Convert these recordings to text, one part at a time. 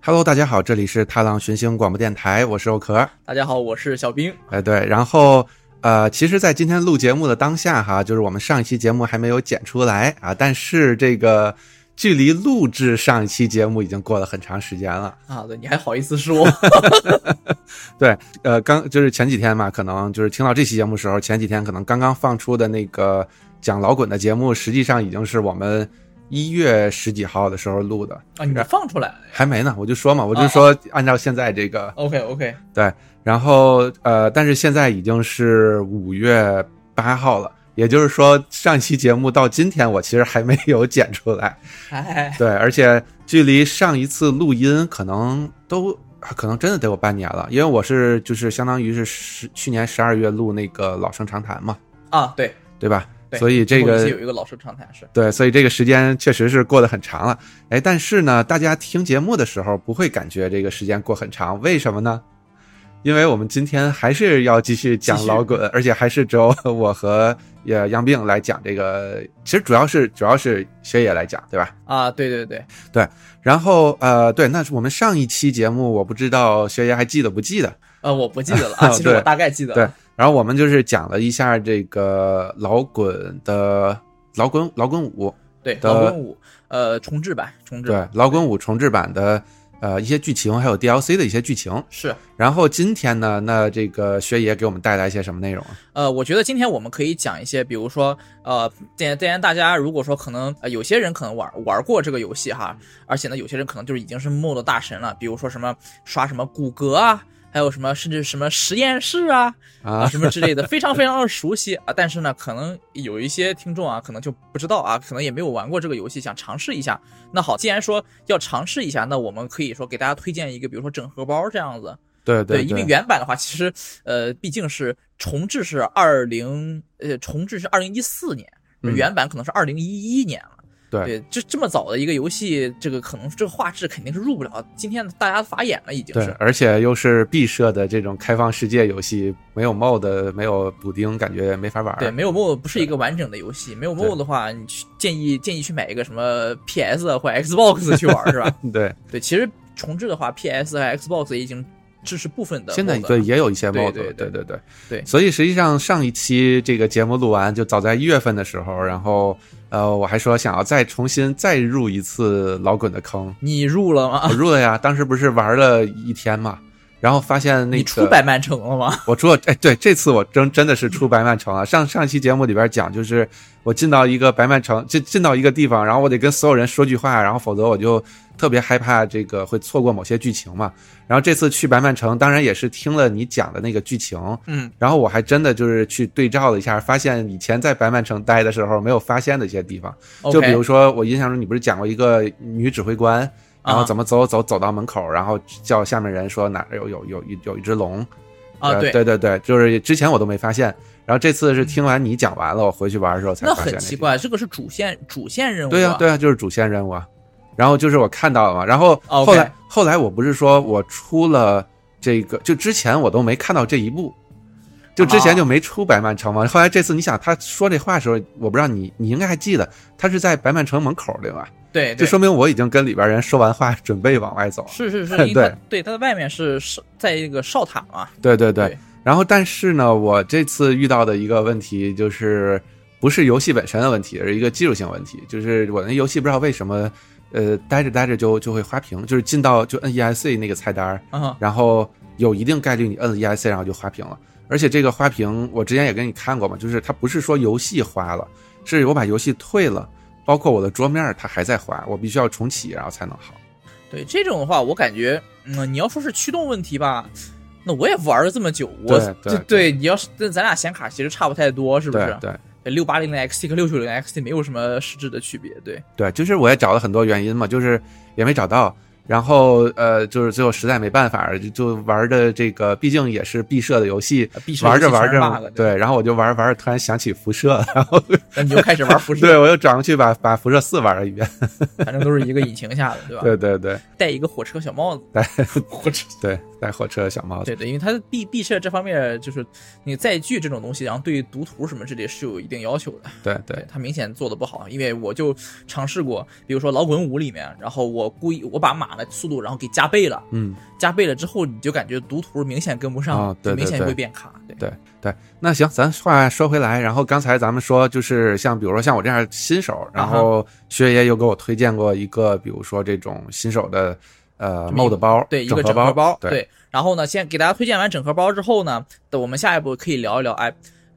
Hello，大家好，这里是踏浪寻星广播电台，我是肉壳。大家好，我是小兵。哎，对，然后呃，其实，在今天录节目的当下哈，就是我们上一期节目还没有剪出来啊，但是这个距离录制上一期节目已经过了很长时间了。啊，对，你还好意 思说？对，呃，刚就是前几天嘛，可能就是听到这期节目时候，前几天可能刚刚放出的那个讲老滚的节目，实际上已经是我们一月十几号的时候录的，啊，你没放出来还没呢。我就说嘛，我就说按照现在这个， ？OK OK，对，然后呃，但是现在已经是五月八号了，也就是说上一期节目到今天我其实还没有剪出来。哎，对，而且距离上一次录音可能都啊可能真的得有半年了，因为我是就是相当于是十去年十二月录那个老生常谈嘛，啊，对，对吧？对所以这后期个有一个老生常谈是，对，所以这个时间确实是过得很长了。哎，但是呢，大家听节目的时候不会感觉这个时间过很长，为什么呢？因为我们今天还是要继续讲继续老滚，而且还是只有我和呃杨病来讲这个，其实主要是主要是薛野来讲，对吧？啊，对对对，然后呃，对，那是我们上一期节目，我不知道学爷还记得不记得。呃，我不记得了 啊，其实对我大概记得对然后我们就是讲了一下这个老滚的老滚老滚舞，对的老滚五，呃，重置版，重置对版，老滚舞重制版的呃一些剧情，还有 DLC 的一些剧情。是，然后今天呢，那这个学爷给我们带来一些什么内容啊？呃，我觉得今天我们可以讲一些，比如说，呃，既既然大家如果说可能，呃，有些人可能玩玩过这个游戏哈，而且呢，有些人可能就是已经是 mod 大神了，比如说什么刷什么骨骼啊，还有什么甚至什么实验室啊，啊啊，什么之类的，非常非常的熟悉啊。但是呢，可能有一些听众啊，可能就不知道啊，可能也没有玩过这个游戏，想尝试一下。那好，既然说要尝试一下，那我们可以说给大家推荐一个，比如说整合包这样子。对对，对因为原版的话，其实呃，毕竟是重置是二零呃，重置是二零一四年，嗯原版可能是二零一一年了。对对，这这么早的一个游戏，这个可能这个画质肯定是入不了今天大家法眼了，已经对是，。而且又是闭设的这种开放世界游戏，没有 mod，没有补丁，感觉没法玩。对，没有 MOD 不是一个完整的游戏，没有哎对 MOD 的话，你去建议建议去买一个什么 PS 啊或者 Xbox 去玩是吧？对，对，其实重置的话，PS 和 Xbox 也已经支持部分的 MOD 了。现在对也有一些对 mod，对对对对对对所以实际上上一期这个节目录完，就早在一月份的时候，然后呃，我还说想要再重新再入一次老滚的坑，你入了吗？我入了呀，当时不是玩了一天嘛。然后发现那个你出百曼城了吗？我出了哎，对，这次我真真的是出白曼城了。上上期节目里边讲，就是我进到一个白曼城，进进到一个地方，然后我得跟所有人说句话，然后否则我就特别害怕这个会错过某些剧情嘛。然后这次去白曼城，当然也是听了你讲的那个剧情，嗯，然后我还真的就是去对照了一下，发现以前在白曼城待的时候没有发现的一些地方，就比如说我印象中你不是讲过一个女指挥官。啊然后怎么走走走到门口，然后叫下面人说哪儿有有有有有一只龙，啊呃对。对对对，就是之前我都没发现，然后这次是听完你讲完了，我回去玩的时候才那发现。很奇，怪，这个是主线主线任务、啊对呀、啊呀、对呀、就是主线任务啊。然后就是我看到了嘛，然后啊 OK 后来后来我不是说我出了这个，就之前我都没看到这一步，就之前啊就没出白曼城嘛。后来这次你想他说这话的时候，我不知道你你应该还记得，他是在白曼城门口对吧？对对就说明我已经跟里边人说完话，准备往外走了。，是是是因为对它对，它的外面是是在一个哨塔嘛，对对对对。然后，但是呢，我这次遇到的一个问题就是，不是游戏本身的问题，而是一个技术性问题。就是我那游戏不知道为什么，呃，待着待着就就会花屏，就是进到就摁 ESC 那个菜单儿，嗯，然后有一定概率你摁了 E ESC，然后就花屏了。而且这个花屏，我之前也给你看过嘛，就是它不是说游戏花了，是我把游戏退了，包括我的桌面儿它还在花，我必须要重启，然后才能好。对这种的话，我感觉，嗯，你要说是驱动问题吧，那我也玩了这么久，我对对这对你要是那咱俩显卡其实差不太多，是不对是？对。对，六八零零 XT 和六九零 XT 没有什么实质的区别，对，对，就是我也找了很多原因嘛，就是也没找到。然后呃，就是最后实在没办法，就就玩的这个，毕竟也是毕设的游戏，呃毕设玩着游戏全玩是着， bug，对，然后我就玩着玩着，突然想起辐射了，然后那你就开 始玩辐射，对我又转过去把把辐射四玩了一遍，反正都是一个引擎下的，对吧？对对对戴一个火车小帽子，戴火车对，带货车的小帽子。对对，因为它毕毕设这方面就是你载具这种东西，然后对于读图什么之类是有一定要求的。对对，它明显做的不好，因为我就尝试过，比如说老滚五里面，然后我故意我把马的速度然后给加倍了，嗯，加倍了之后你就感觉读图明显跟不上，哦对就明显对对会变卡。对对对，那行，咱话说回来，然后刚才咱们说，就是像比如说像我这样新手，然啊后薛爷又给我推荐过一个，比如说这种新手的呃这么一 mod 包，对，一整个合整包合包，对然后呢，先给大家推荐完整合包之后呢，等我们下一步可以聊一聊哎，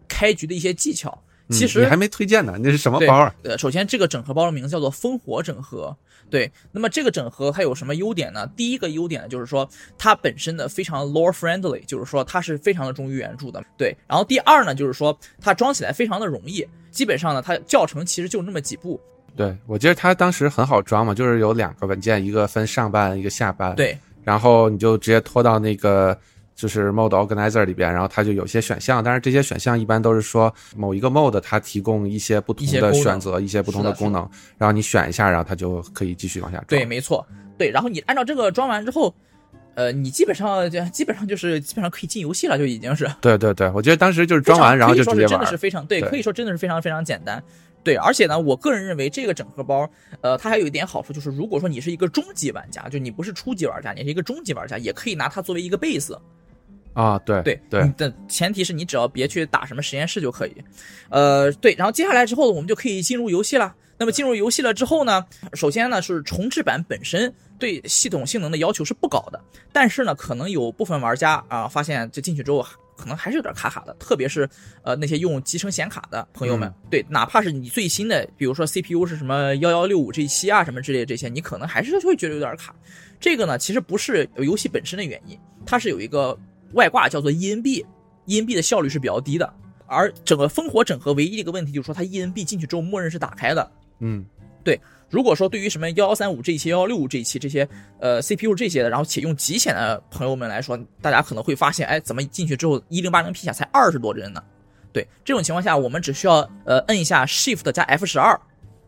开局的一些技巧。嗯其你实还没推荐呢，那是什么对包啊？呃，首先这个整合包的名字叫做烽火整合。对，那么这个整合它有什么优点呢？第一个优点呢，就是说它本身的非常 lore friendly，就是说它是非常的忠于原著的。对，然后第二呢，就是说它装起来非常的容易，基本上呢，它教程其实就那么几步。对，我记得它当时很好装嘛，就是有两个文件，一个分上半，一个下半，，对，然后你就直接拖到那个。就是 mod organizer 里边，然后它就有些选项，但是这些选项一般都是说某一个 mod 它提供一些不同一些的功能选择，一些不同的是的功能，然后你选一下，然后它就可以继续往下装对，。没错，对。然后你按照这个装完之后，呃，你基本上就基本上就是基本上可以进游戏了，就已经是。对对对，我觉得当时就是非装完常然后就可直以说接是真玩儿的是，非常对，对可以说真的是非常非常简单。对，而且呢，我个人认为这个整合包，呃，它还有一点好处，就是如果说你是一个中级玩家，就你不是初级玩家，你是一个中级玩家，也可以拿它作为一个 base。啊，对对嗯对你，的前提是你只要别去打什么实验室就可以。呃，对，然后接下来之后，我们就可以进入游戏了。那么进入游戏了之后呢，首先呢是重置版本身对系统性能的要求是不高的，但是呢，可能有部分玩家啊、发现就进去之后可能还是有点卡卡的，特别是呃那些用集成显卡的朋友们，嗯对，哪怕是你最新的，比如说 CPU 是什么幺幺六五 G 七啊什么之类的这些，你可能还是会觉得有点卡。这个呢，其实不是游戏本身的原因，它是有一个外挂叫做 E ENB。ENB 的效率是比较低的，而整个烽火整合唯一的一个问题就是说，它 ENB 进去之后默认是打开的。嗯如果说对于什么幺幺三五这一期、幺幺六五这一期这些呃 CPU 这些的，然后且用极显的朋友们来说，大家可能会发现，哎，怎么进去之后一零八零 P 下才二十多帧呢？对，这种情况下，我们只需要呃摁一下 Shift 加 F 十二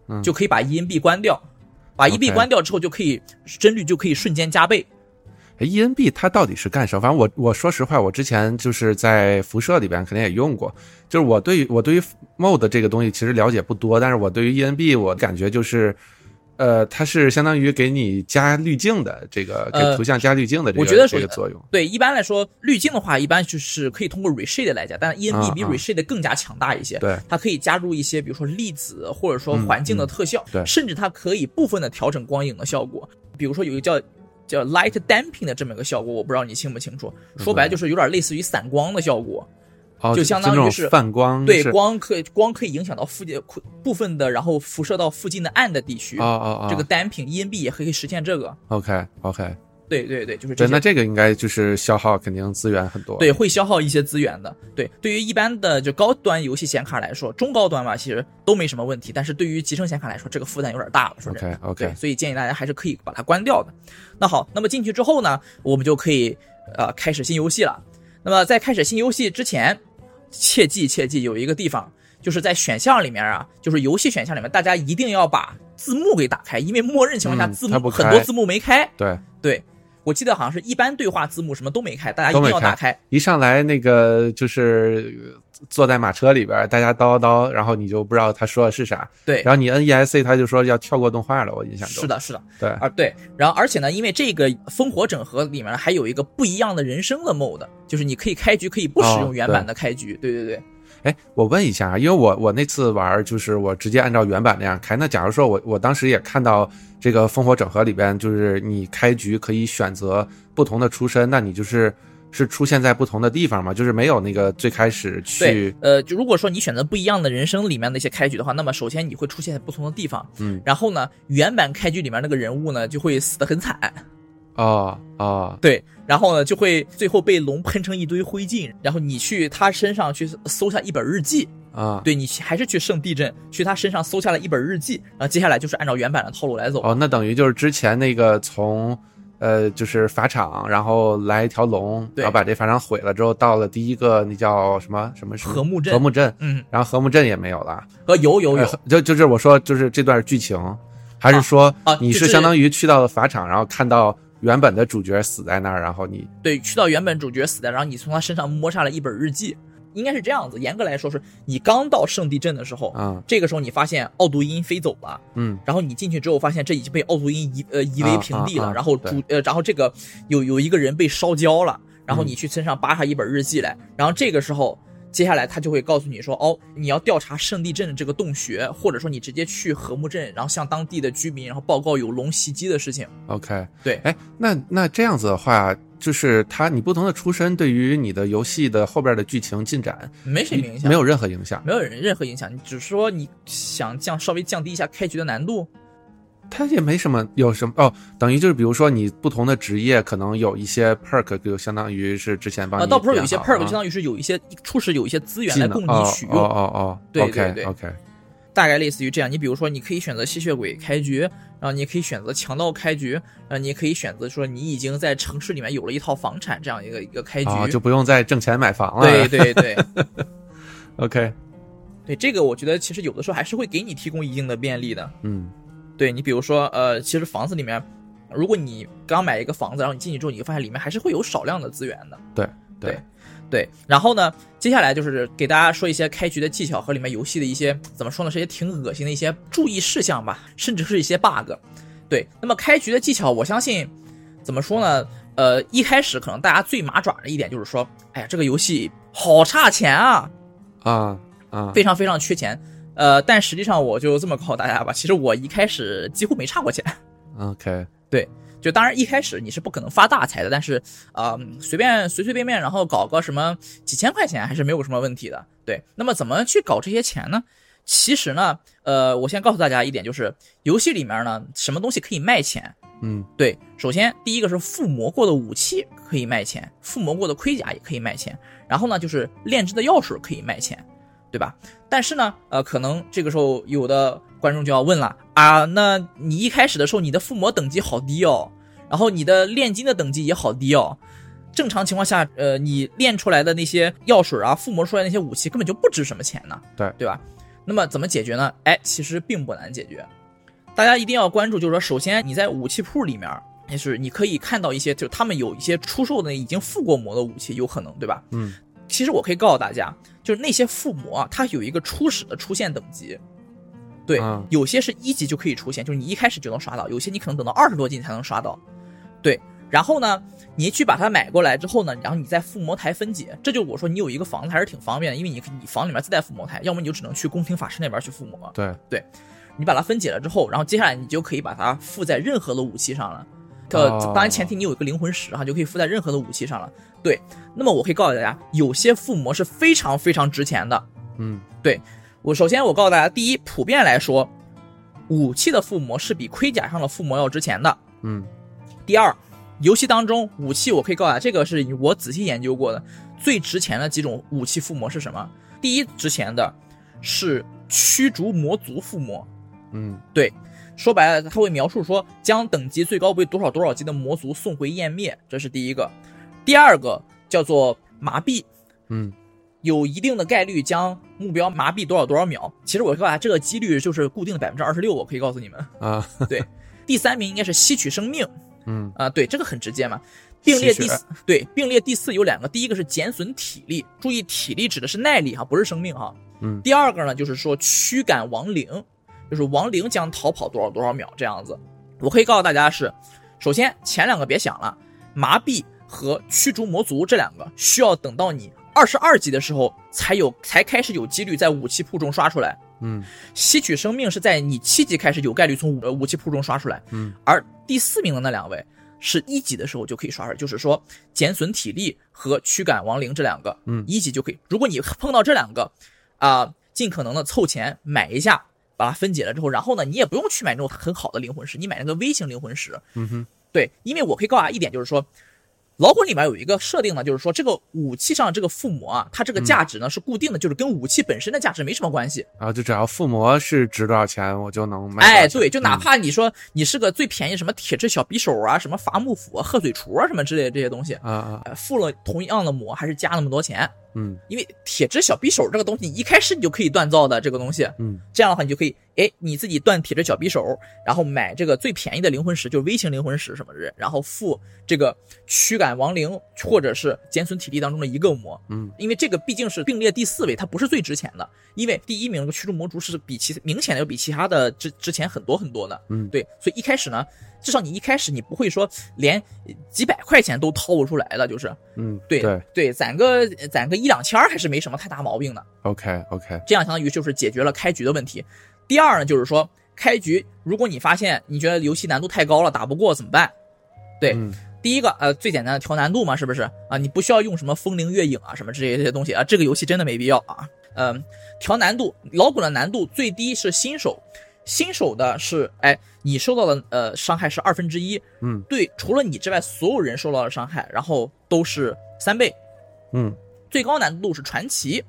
嗯，就可以把 ENB 关掉。把 OK EB 关掉之后，就可以呃帧率就可以瞬间加倍。哎，ENB 它到底是干什么？反正我我说实话，我之前就是在辐射里边肯定也用过，就是我对于我对于 mod 这个东西其实了解不多，但是我对于 ENB 我感觉就是。呃，它是相当于给你加滤镜的这个，给呃图像加滤镜的这个、我觉得这属于个作用。对，一般来说，滤镜的话，一般就是可以通过 reshade 来加，但是 ENB 比啊啊 reshade 更加强大一些。对，它可以加入一些，比如说粒子或者说环境的特效，嗯对甚至它可以部分的调整光影的效果。比如说有一个叫叫 light damping 的这么一个效果，我不知道你清不清楚。嗯说白了就是有点类似于散光的效果，哦，就相当于这种是泛光，对嗯是光可以光可以影响到附近部分的，然后辐射到附近的暗的地区。哦哦哦，这个 damping ENB 也可以实现这个。 OK OK，对对对，就是这对，些那这个应该就是消耗肯定资源很多。对，会消耗一些资源的。对，对于一般的就高端游戏显卡来说，中高端吧，其实都没什么问题。但是对于集成显卡来说，这个负担有点大了，说真的。 ，OK 对， OK，所以建议大家还是可以把它关掉的。那好，那么进去之后呢，我们就可以呃开始新游戏了。那么在开始新游戏之前，切记切记有一个地方，就是在选项里面啊，就是游戏选项里面，大家一定要把字幕给打开，因为默认情况下嗯字它幕、不很多开字幕没开。对，对，我记得好像是一般对话字幕什么都没开，大家一都没定要打开开。一上来那个就是呃坐在马车里边，大家叨叨，然后你就不知道他说的是啥，对，然后你 N E S C 他就说要跳过动画了，我印象中哎是，的，是的对，啊，对。然后而且呢，因为这个烽火整合里面还有一个不一样的人生的 mode，就是你可以开局可以不使哦用原版的开局，对对对，哎，我问一下啊，因为我我那次玩儿就是我直接按照原版那样开，那假如说我我当时也看到这个烽火整合里边，就是你开局可以选择不同的出身，那你就是是出现在不同的地方嘛，就是没有那个最开始去对，呃，就如果说你选择不一样的人生里面的一些开局的话，那么首先你会出现在不同的地方，嗯，然后呢，原版开局里面那个人物呢就会死得很惨，哦哦对，然后呢就会最后被龙喷成一堆灰烬，然后你去他身上去搜下一本日记，啊，对你还是去圣地镇去他身上搜下了一本日记，然后接下来就是按照原版的套路来走，哦，那等于就是之前那个从，呃，就是法场，然后来一条龙，对然后把这法场毁了之后，到了第一个那叫什么什么什么和睦镇和睦镇，嗯，然后和睦镇也没有了，呃，有有有呃，就就是我说就是这段剧情，还是说啊啊你就是是相当于去到了法场，然后看到原本的主角死在那儿，然后你对，去到原本主角死的，然后你从他身上摸下了一本日记，应该是这样子。严格来说，是你刚到圣地镇的时候，啊，这个时候你发现奥杜因飞走了，嗯，然后你进去之后发现这已经被奥杜因夷呃夷为平地了，啊啊啊然后主呃然后这个有有一个人被烧焦了，然嗯后你去身上扒下一本日记来，然后这个时候。接下来他就会告诉你说，哦，你要调查圣地镇的这个洞穴，或者说你直接去和睦镇，然后向当地的居民，然后报告有龙袭击的事情。 OK，对哎，那那这样子的话，就是它你不同的出身对于你的游戏的后边的剧情进展没什么影响，没有任何影响。没有人任何影响，你只是说你想降稍微降低一下开局的难度，它也没什么，有什么哦？等于就是，比如说你不同的职业可能有一些 perk，就相当于是之前帮啊，你倒不是有一一些 perk，就相当当于是有一些初始有一些资源来技供能你取用，哦哦哦哦，对 o k 对对 OK，大概类似于这样。你比如说，你可以选择吸血鬼开局，然后你可以选择强盗开局，呃，你也可以选择说你已经在城市里面有了一套房产这样一个一个开局。啊，就不用再挣钱买房了。对对对 OK，对，这个我觉得其实有的时候还是会给你提供一定的便利的。嗯对你比如说，呃，其实房子里面，如果你刚买一个房子，然后你进去之后，你会发现里面还是会有少量的资源的。对对对对，然后呢，接下来就是给大家说一些开局的技巧和里面游戏的一些怎么说呢，是一些挺恶心的一些注意事项吧，甚至是一些 bug。对，那么开局的技巧，我相信怎么说呢？呃，一开始可能大家最麻爪的一点就是说，哎呀，这个游戏好差钱啊，啊啊，非常非常缺钱。呃，但实际上我就这么告诉大家吧，其实我一开始几乎没差过钱。 OK，就当然一开始你是不可能发大财的，但是啊、呃随便随随便便，然后搞个什么几千块钱还是没有什么问题的。对，那么怎么去搞这些钱呢？其实呢，呃，我先告诉大家一点，就是游戏里面呢，什么东西可以卖钱？嗯对，首先第一个是附魔过的武器可以卖钱，附魔过的盔甲也可以卖钱，然后呢就是炼制的药水可以卖钱，对吧？但是呢，呃，可能这个时候有的观众就要问了啊，那你一开始的时候你的附魔等级好低哦，然后你的炼金的等级也好低哦。正常情况下，呃，你炼出来的那些药水啊，附魔出来的那些武器根本就不值什么钱呢，对对吧？那么怎么解决呢？哎，其实并不难解决，大家一定要关注，就是说，首先你在武器铺里面，就是你可以看到一些，就是他们有一些出售的已经附过魔的武器，有可能对吧？嗯，其实我可以告诉大家，就是那些附魔啊，它有一个初始的出现等级，对，嗯啊有些是一级就可以出现，就是你一开始就能刷到，有些你可能等到二十多级才能刷到，对。然后呢，你去把它买过来之后呢，然后你再附魔台分解，这就我说你有一个房子还是挺方便的，因为你你房里面自带附魔台，要么你就只能去宫廷法师那边去附魔，对，你把它分解了之后，然后接下来你就可以把它附在任何的武器上了。呃哦，当然前提你有一个灵魂石哈，就可以附在任何的武器上了。对，那么我可以告诉大家，有些附魔是非常非常值钱的。嗯我首先我告诉大家，第一，普遍来说，武器的附魔是比盔甲上的附魔要值钱的。嗯第二，游戏当中武器，我可以告诉大家，这个是我仔细研究过的，最值钱的几种武器附魔是什么？第一值钱的是驱逐魔族附魔，嗯说白了，他会描述说将等级最高为多少多少级的魔族送回湮灭，这是第一个。第二个叫做麻痹，嗯有一定的概率将目标麻痹多少多少秒。其实我告诉大家，这个几率就是固定的百分之二十六，我可以告诉你们。啊第三名应该是吸取生命嗯啊、对，这个很直接嘛。并列吸第血四，对，并列第四有两个，第一个是减损体力，注意体力指的是耐力哈，不是生命哈。嗯第二个呢，就是说驱赶亡灵，就是亡灵将逃跑多少多少秒这样子。我可以告诉大家是，首先前两个别想了，麻痹和驱逐魔族这两个需要等到你二十二级的时候才有，才开始有几率在武器库中刷出来。嗯吸取生命是在你七级开始有概率从武呃武器库中刷出来，嗯，而第四名的那两位是一级的时候就可以刷出来，就是说减损体力和驱赶亡灵这两个，嗯一级就可以。如果你碰到这两个，啊、尽可能的凑钱买一下，把它分解了之后，然后呢，你也不用去买那种很好的灵魂石，你买那个微型灵魂石，嗯哼对，因为我可以告诉大家一点，就是说，老滚里面有一个设定呢，就是说这个武器上这个附魔啊，它这个嗯价值呢、是固定的，就是跟武器本身的价值没什么关系。然后就只要附魔是值多少钱，我就能卖多少钱。哎，对，就哪嗯怕你说你是个最便宜什么铁质小匕首啊、什么伐木斧啊、鹤嘴锄啊什么之类的这些东西，啊啊呃，附了同样的魔还是加那么多钱。嗯因为铁质小匕首这个东西，一开始你就可以锻造的这个东西，嗯这样的话你就可以，哎，你自己锻铁质小匕首，然后买这个最便宜的灵魂石，就是微型灵魂石什么的，然后附这个驱赶亡灵或者是减损体力当中的一个魔，嗯，因为这个毕竟是并列第四位，它不是最值钱的，因为第一名那个驱逐魔族是比其明显的要比其他的值值钱很多很多的，嗯对，所以一开始呢，至少你一开始你不会说连几百块钱都掏不出来的，就是嗯，对对攒个攒个一两千儿还是没什么太大毛病的。 ，OK OK，这样相当于就是解决了开局的问题。第二呢，就是说开局如果你发现你觉得游戏难度太高了，打不过怎么办？对嗯第一个，呃，最简单的调难度嘛，是不是啊？你不需要用什么风铃月影啊，什么这些这些东西啊，这个游戏真的没必要啊。嗯、调难度，老滚的难度最低是新手，新手的是，哎，你受到的呃伤害是二分之一，嗯对，除了你之外，所有人受到的伤害，然后都是三倍，嗯最高难度是传奇，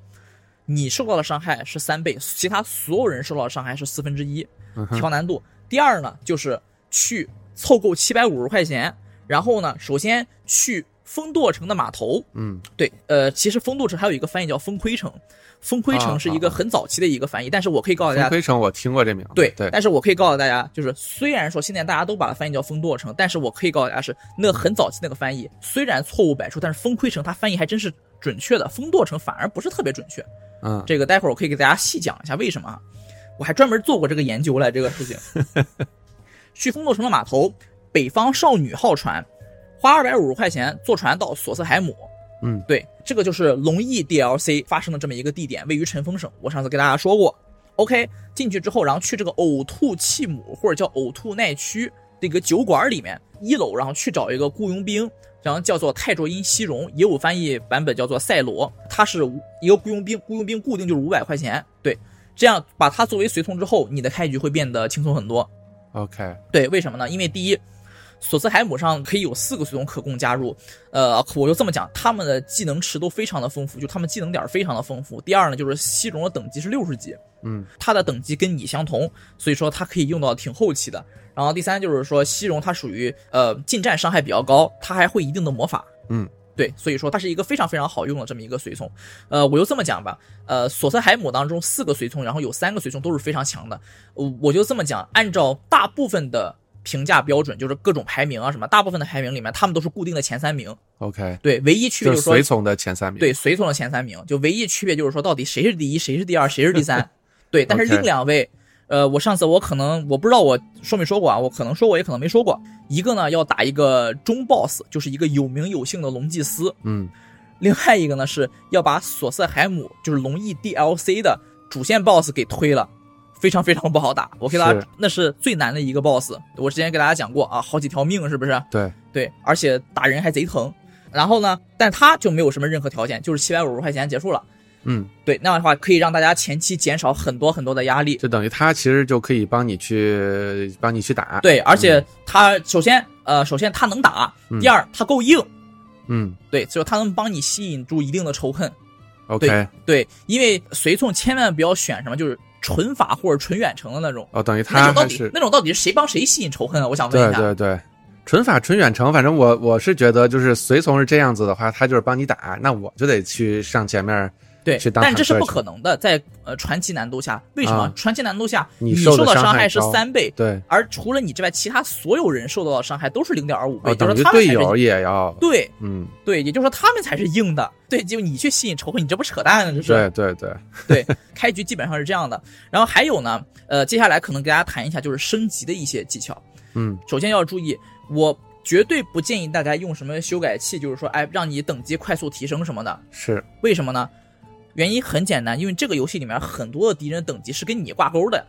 你受到的伤害是三倍，其他所有人受到的伤害是四分之一，嗯哼调难度。第二呢，就是去凑够七百五十块钱，然后呢，首先去丰舵城的码头，嗯对，呃，其实丰舵城还有一个翻译叫丰亏城，丰亏城是一个啊啊啊很早期的一个翻译，但是我可以告诉风大家。盔城我听过这名字，对，对，但是我可以告诉大家，就是虽然说现在大家都把它翻译叫丰舵城，但是我可以告诉大家是那很早期那个翻译，虽然错误百出，但是丰亏城它翻译还真是准确的，丰舵城反而不是特别准确。嗯这个待会儿我可以给大家细讲一下为什么啊。我还专门做过这个研究来这个 事情。去丰作城的码头，北方少女号船，花二百五十块钱坐船到索斯海姆。嗯，对，这个就是龙翼 DLC 发生的这么一个地点，位于陈封省。我上次跟大家说过。OK，进去之后，然后去这个呕吐气母或者叫呕吐奈区这个酒馆里面一楼，然后去找一个雇佣兵，然后叫做泰卓因西戎，也有翻译版本叫做赛罗，他是五一个雇佣兵，雇佣兵固定就是五百块钱，对，这样把它作为随从之后，你的开局会变得轻松很多。 ，OK，对，为什么呢？因为第一，索斯海姆上可以有四个随从可供加入。呃，我就这么讲，他们的技能池都非常的丰富，就他们技能点非常的丰富。第二呢，就是西戎的等级是六十级，嗯，他的等级跟你相同，所以说他可以用到挺后期的。然后第三就是说，西戎它属于呃近战伤害比较高，它还会一定的魔法。嗯，对，所以说它是一个非常非常好用的这么一个随从。呃，我就这么讲吧，呃，索斯海姆当中四个随从，然后有三个随从都是非常强的。我我就这么讲，按照大部分的评价标准，就是各种排名啊什么，大部分的排名里面，他们都是固定的前三名。 ，OK，对，唯一区就别就是是说随，从的前三名，对随从的前三名，就唯一区别就是说，到底谁是第一，谁是第二，谁是 第三。对，但是 OK 另两位，呃，我上次我可能我不知道我说没说过啊，我可能说过，也可能没说过。一个呢要打一个中 boss，就是一个有名有姓的龙祭司，嗯另外一个呢是要把索瑟海姆，就是龙翼 DLC 的主线 BOSS 给推了，非常非常不好打。我给大家是，那是最难的一个 BOSS。我之前给大家讲过啊，好几条命是不是？对，对，而且打人还贼疼。然后呢，但他就没有什么任何条件，就是七百五十块钱结束了。嗯，对，那样的话可以让大家前期减少很多很多的压力。就等于他其实就可以帮你去帮你去打，，对，而且他首先，呃，首先他能打，嗯第二他够硬，嗯对，所以他能帮你吸引住一定的仇恨。 ，OK，对，因为随从千万不要选什么就是纯法或者纯远程的那种，哦，等于那他种到还底是那种到底是谁帮谁吸引仇恨啊？我想问对一下。对对，纯法纯远程，反正我我是觉得，就是随从是这样子的话，他就是帮你打，那我就得去上前面。对去当但这坦是克不去可能的，在呃传奇难度下，为什么、啊传奇难度下你你受的受到伤害害是高三倍，对，而除了你之外，其他所有人受到的伤害都是零点二五倍，哦，就是等于他们队才是友也要，对嗯，对，也就是说他们才是硬的，对，就你去吸引仇恨，你这不扯淡呢？啊这是对对对，对， 开局基本上是这样的。然后还有呢，呃，接下来可能给大家谈一下就是升级的一些技巧。嗯首先要注意，我绝对不建议大家用什么修改器，就是说，哎，让你等级快速提升什么的。是，为什么呢？原因很简单，因为这个游戏里面很多的敌人等级是跟你挂钩的，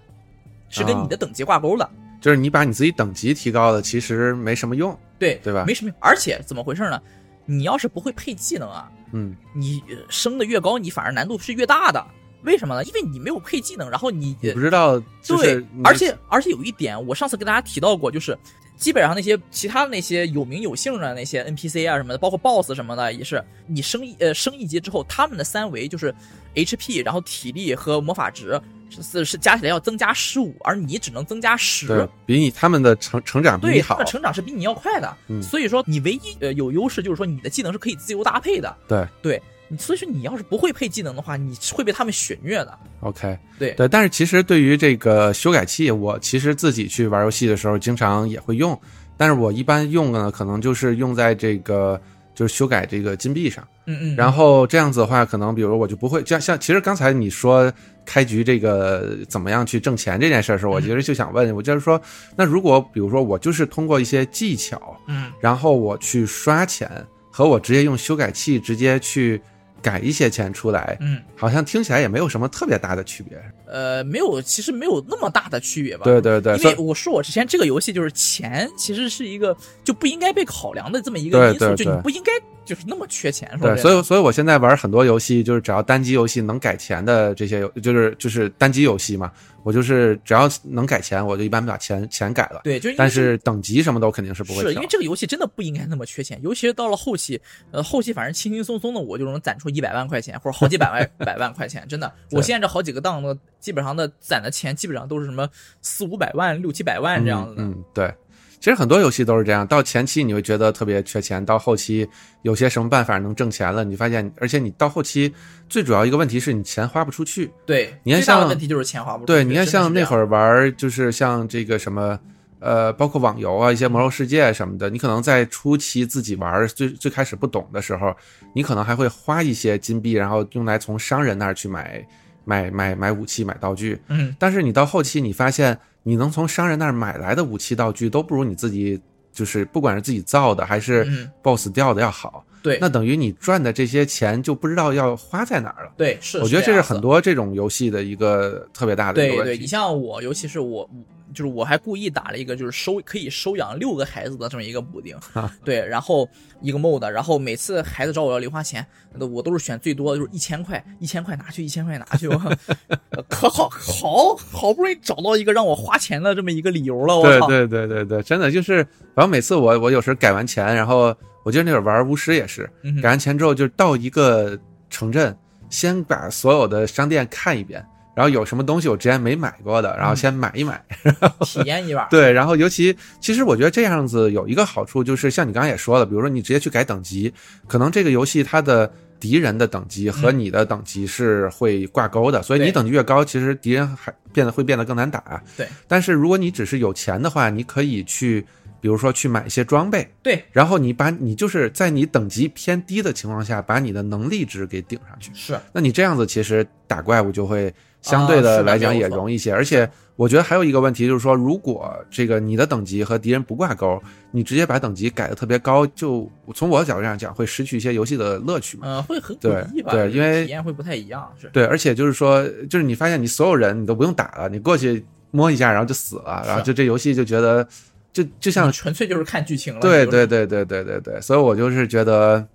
是跟你的等级挂钩的。就是你把你自己等级提高了，其实没什么用，对对吧没什么用。而且怎么回事呢？你要是不会配技能啊，嗯，你呃升的越高，你反而难度是越大的。为什么呢？因为你没有配技能，然后你呃你不知道，就是对你，而且而且有一点，我上次跟大家提到过，就是基本上那些其他的那些有名有姓的那些 NPC 啊什么的，包括 BOSS 什么的，也是你升一呃升一级之后，他们的三维就是 HP，然后体力和魔法值是是加起来要增加十五，而你只能增加对十。比你他们的成成长比对，你他好们，成长是比你要快的，嗯所以说你唯一呃有优势就是说你的技能是可以自由搭配的。对对，你所以说你要是不会配技能的话，你是会被他们血虐的。 OK，对对，但是其实对于这个修改器，我其实自己去玩游戏的时候，经常也会用，但是我一般用呢，可能就是用在这个就是修改这个金币上，嗯嗯，然后这样子的话，可能比如我就不会，就像像其实刚才你说开局这个怎么样去挣钱这件事的嗯时候，我其实就想问，我就是说，那如果比如说我就是通过一些技巧，嗯，然后我去刷钱，和我直接用修改器直接去改一些钱出来，嗯，好像听起来也没有什么特别大的区别。呃，没有，其实没有那么大的区别吧。对对对，因所为以我说我之前这个游戏就是钱，其实是一个就不应该被考量的这么一个因素，对对就对你不应该就是那么缺钱，说对，真的所以所以我现在玩很多游戏，就是只要单机游戏能改钱的这些游，就是就是单机游戏嘛，我就是只要能改钱，我就一般把钱钱改了。对，就因为但是是等级什么都肯定是不会是因调为。这个游戏真的不应该那么缺钱，尤其是到了后期，呃，后期反正轻轻松松的我就能攒出一百万块钱或者好几百 万百万块钱，真的，我现在这好几个档呢，基本上的攒的钱基本上都是什么四五百万、六七百万这样子的。嗯。嗯，对。其实很多游戏都是这样，到前期你会觉得特别缺钱，到后期有些什么办法能挣钱了，你发现，而且你到后期最主要一个问题是你钱花不出去。对，你看最大的像问题就是钱花不出去。对，你看像那会儿，儿玩儿，就是像这个什么，呃，包括网游啊，一些魔兽世界什么的，你可能在初期自己玩儿最最开始不懂的时候，你可能还会花一些金币，然后用来从商人那儿去买买买买武器、买道具。嗯，但是你到后期，你发现你能从商人那儿买来的武器、道具都不如你自己，就是不管是自己造的还是嗯 BOSS 掉的要好。对，那等于你赚的这些钱就不知道要花在哪儿了。对是，我觉得这这是样子很多这种游戏的一个特别大的一个对问对，题你像我，尤其是我，就是我还故意打了一个就是收可以收养六个孩子的这么一个补丁， 对，然后一个 mod，然后每次孩子找我要零花钱，那我都是选最多的就是一千块，一千块拿去，一千块拿去，我 可好好好不容易找到一个让我花钱的这么一个理由了，我对操，对对对对，真的就是，然后每次我我有时候改完钱，然后我记得那会儿玩巫师也是，嗯改哼完钱之后就到一个城镇，先把所有的商店看一遍，然后有什么东西我之前没买过的，嗯然后先买一买。 体验一把，对，然后尤其其实我觉得这样子有一个好处就是，像你刚才也说了，比如说你直接去改等级，可能这个游戏它的。敌人的等级和你的等级是会挂钩的，所以你嗯对等级越高，其实敌人还变得会变得更难打。对但是如果你只是有钱的话，你可以去，比如说去买一些装备，对，然后你把你就是在你等级偏低的情况下，把你的能力值给顶上去。是那你这样子其实打怪物就会相对的来讲也容易一些，而且我觉得还有一个问题就是说，如果这个你的等级和敌人不挂钩，你直接把等级改的特别高，就从我的角度上讲，会失去一些游戏的乐趣嘛。嗯、会很对诡异吧？对因为体验会不太一样，是。对，而且就是说，就是你发现你所有人你都不用打了，你过去摸一下，然后就死了，然后就这游戏就觉得，就就像你纯粹就是看剧情了，对就是对对对对对对，所以我就是觉得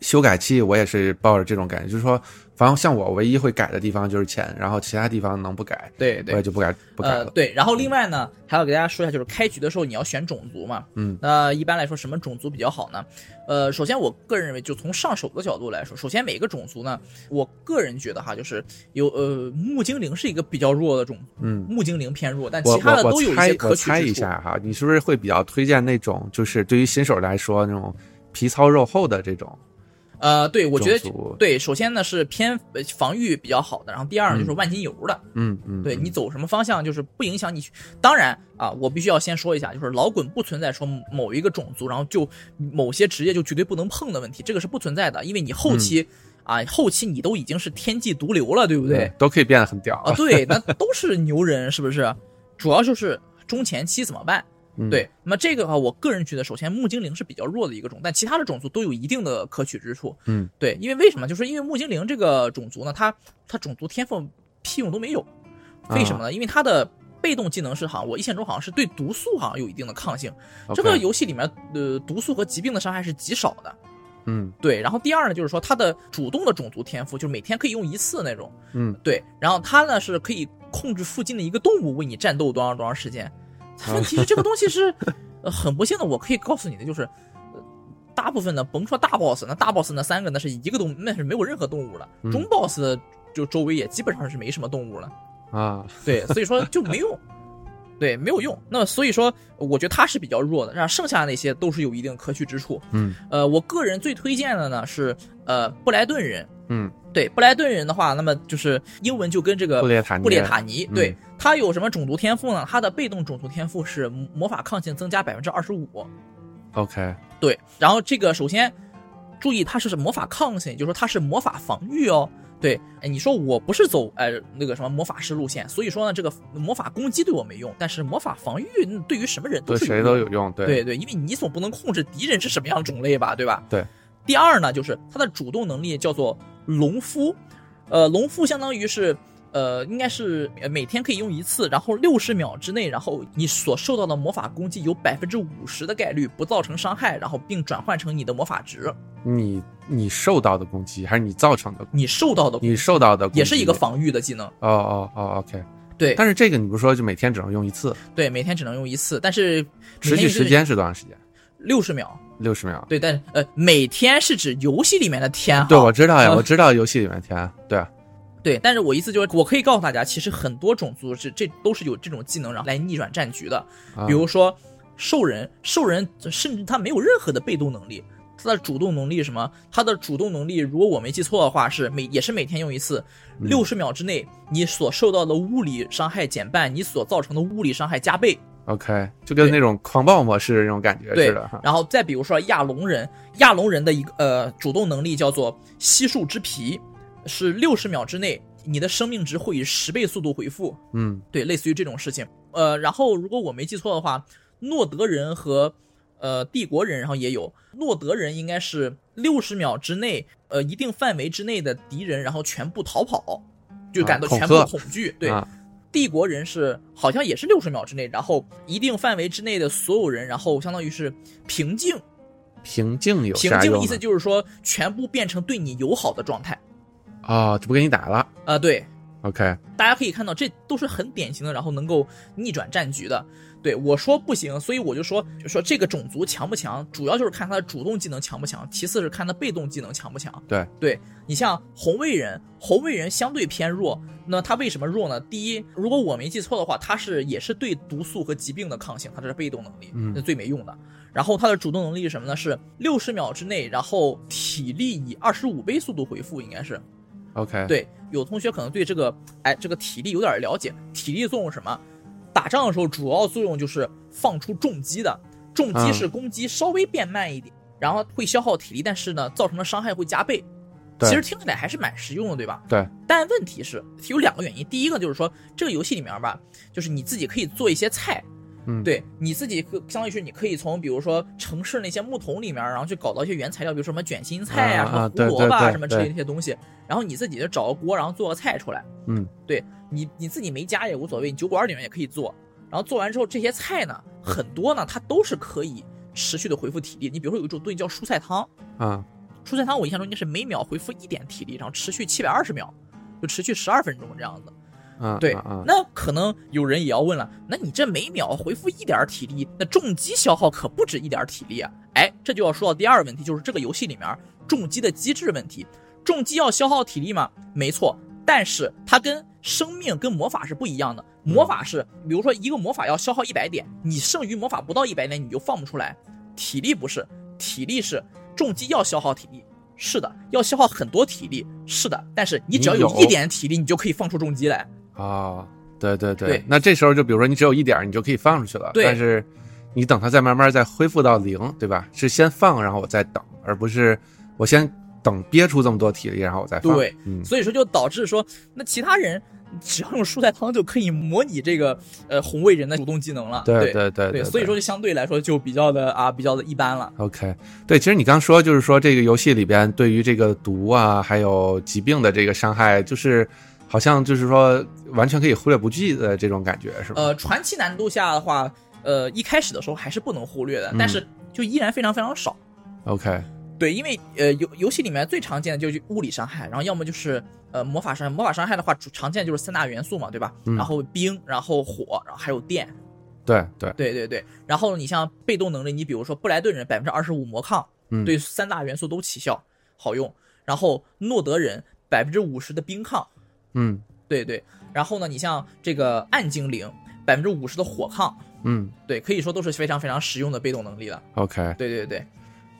修改器我也是抱着这种感觉，就是说，反正像我唯一会改的地方就是钱，然后其他地方能不改，对对我也，就不改不改呃，了。嗯对，然后另外呢，还要给大家说一下，就是开局的时候你要选种族嘛。嗯，那一般来说什么种族比较好呢？呃，首先我个人认为，就从上手的角度来说，首先每个种族呢，我个人觉得哈，就是有呃木精灵是一个比较弱的种族，嗯，木精灵偏弱，但我其他的我都有我一些猜可我取猜一之处。下哈，你是不是会比较推荐那种就是对于新手来说那种皮糙肉厚的这种？呃，对，我种觉得族对，首先呢是偏呃防御比较好的，然后第二呢就是万金油的，嗯嗯，对嗯你走什么方向，就是不影响你去。当然啊，我必须要先说一下，就是老滚不存在说某某一个种族，然后就某些职业就绝对不能碰的问题，这个是不存在的，因为你后嗯期、啊，后期你都已经是天际毒瘤了，对不对嗯？都可以变得很屌 啊，。对，那都是牛人，是不是？主要就是中前期怎么办？嗯对，那么这个的话，我个人觉得，首先木精灵是比较弱的一个种，但其他的种族都有一定的可取之处。嗯，对，因为为什么？就是因为木精灵这个种族呢，它它种族天赋屁用都没有，为什么啊呢？因为它的被动技能是好像我印象中好像是对毒素好像有一定的抗性，这个 OK，游戏里面呃毒素和疾病的伤害是极少的。嗯对，然后第二呢，就是说它的主动的种族天赋，就是每天可以用一次那种。嗯，对，然后它呢是可以控制附近的一个动物为你战斗多长多长时间。嗯问题是这个东西是 呃很不幸的，我可以告诉你的就是，呃大部分的甭说大 boss，那大 boss 那三个那是一个动物，那是没有任何动物了。嗯中 boss 就周围也基本上是没什么动物了。啊，对，所以说就没用。 对，没有用。那所以说，我觉得它是比较弱的，那剩下那些都是有一定可取之处。嗯呃，我个人最推荐的呢是呃布莱顿人，嗯，对布莱顿人的话，那么就是英文就跟这个布列塔尼呃布列塔尼，嗯对他有什么种族天赋呢？他的被动种族天赋是魔法抗性增加百分之二十五， ，OK，对，然后这个首先注意，它是魔法抗性，也就是说它是魔法防御哦。对，哎，你说我不是走呃那个什么魔法师路线，所以说呢，这个魔法攻击对我没用，但是魔法防御嗯对于什么人都对是谁用都的有用，对对对，因为你总不能控制敌人是什么样的种类吧，对吧？对。第二呢，就是它的主动能力叫做龙夫，呃，龙夫相当于是。呃，应该是呃每天可以用一次，然后六十秒之内，然后你所受到的魔法攻击有百分之五十的概率不造成伤害，然后并转换成你的魔法值，你你受到的攻击还是你造成的，你受到的你受到的攻击也是一个防御的技能。哦哦哦，OK，对但是这个你不是说就每天只能用一次，对，每天只能用一次，但是持续时间是多长时间？六十秒。六十秒。对，但是呃，每天是指游戏里面的天哈。对，我知道呀，嗯我知道游戏里面填，对啊，对，但是我意思就是，我可以告诉大家，其实很多种族是这都是有这种技能，然后来逆转战局的。啊比如说兽人，兽人甚至他没有任何的被动能力，他的主动能力是什么？他的主动能力，如果我没记错的话，是每也是每天用一次，嗯六十秒之内，你所受到的物理伤害减半，你所造成的物理伤害加倍。 OK，就跟对那种狂暴模式那种感觉对似的哈，。然后再比如说亚龙人，亚龙人的一个呃主动能力叫做吸树之皮，是六十秒之内，你的生命值会以十倍速度回复。嗯对，类似于这种事情。呃，然后如果我没记错的话，诺德人和呃帝国人，然后也有诺德人应该是六十秒之内，呃一定范围之内的敌人，然后全部逃跑，就啊感到恐全部吓恐惧。对，啊帝国人是好像也是六十秒之内，然后一定范围之内的所有人，然后相当于是平静。平静有平啥静的用意思呢？就是说全部变成对你友好的状态。哦，这不给你打了啊、对， ，OK，大家可以看到，这都是很典型的，然后能够逆转战局的。对我说不行，所以我就说，就说这个种族强不强，主要就是看他的主动技能强不强，其次是看他被动技能强不强。对，对你像红卫人，红卫人相对偏弱，那他为什么弱呢？第一，如果我没记错的话，他是也是对毒素和疾病的抗性，他这是被动能力，嗯那最没用的。然后他的主动能力是什么呢？是六十秒之内，然后体力以二十五倍速度回复，应该是。 ，OK，，对，有同学可能对这个，哎，这个体力有点了解。体力作用是什么？打仗的时候主要作用就是放出重击的，重击嗯是攻击稍微变慢一点，然后会消耗体力，但是呢，造成的伤害会加倍。对其实听起来还是蛮实用的，对吧？对。但问题是有两个原因，第一个就是说这个游戏里面吧，就是你自己可以做一些菜，嗯对，你自己可相当于是你可以从比如说城市那些木桶里面，然后去搞到一些原材料，比如说什么卷心菜啊什么啊胡对萝卜对啊对什么之类的对那些东西，然后你自己就找个锅，然后做个菜出来。嗯，对你你自己没加也无所谓，你酒馆里面也可以做。然后做完之后，这些菜呢，很多呢，它都是可以持续的恢复体力。你比如说有一种东西叫蔬菜汤，啊，蔬菜汤我印象中应该是每秒恢复一点体力，然后持续七百二十秒，就持续十二分钟这样子。啊，对，啊啊，那可能有人也要问了，那你这每秒回复一点儿体力，那重击消耗可不止一点儿体力啊！哎，这就要说到第二个问题，就是这个游戏里面重击的机制问题。重击要消耗体力吗？没错，但是它跟生命跟魔法是不一样的。魔法是，比如说一个魔法要消耗一百点，你剩余魔法不到一百点你就放不出来。体力不是，体力是重击要消耗体力，是的，要消耗很多体力，是的，但是你只要你有有一点体力，你就可以放出重击来。哦，对对对对那这时候就比如说你只有一点儿，你就可以放出去了，对但是你等它再慢慢再恢复到零，对吧？是先放，然后我再等，而不是我先等憋出这么多体力，然后我再放，对嗯，所以说就导致说，那其他人只要用蔬菜汤就可以模拟这个呃红卫人的主动技能了。对对对对对，所以说就相对来说就比较的啊，比较的一般了。 OK，对，其实你刚说就是说这个游戏里边对于这个毒啊，还有疾病的这个伤害，就是好像就是说完全可以忽略不计的这种感觉，是吧？呃，传奇难度下的话，呃，一开始的时候还是不能忽略的嗯，但是就依然非常非常少。 OK，对，因为呃游游戏里面最常见的就是物理伤害，然后要么就是呃魔法伤害。魔法伤害的话，主常见就是三大元素嘛，对吧？嗯然后冰，然后火，然后还有电。对对，对对对，然后你像被动能力，你比如说布莱顿人百分之二十五魔抗，嗯对三大元素都起效，好用。然后诺德人百分之五十的冰抗，嗯对对。然后呢，你像这个暗精灵百分之五十的火抗，嗯对，可以说都是非常非常实用的被动能力了。 ，OK，对对对，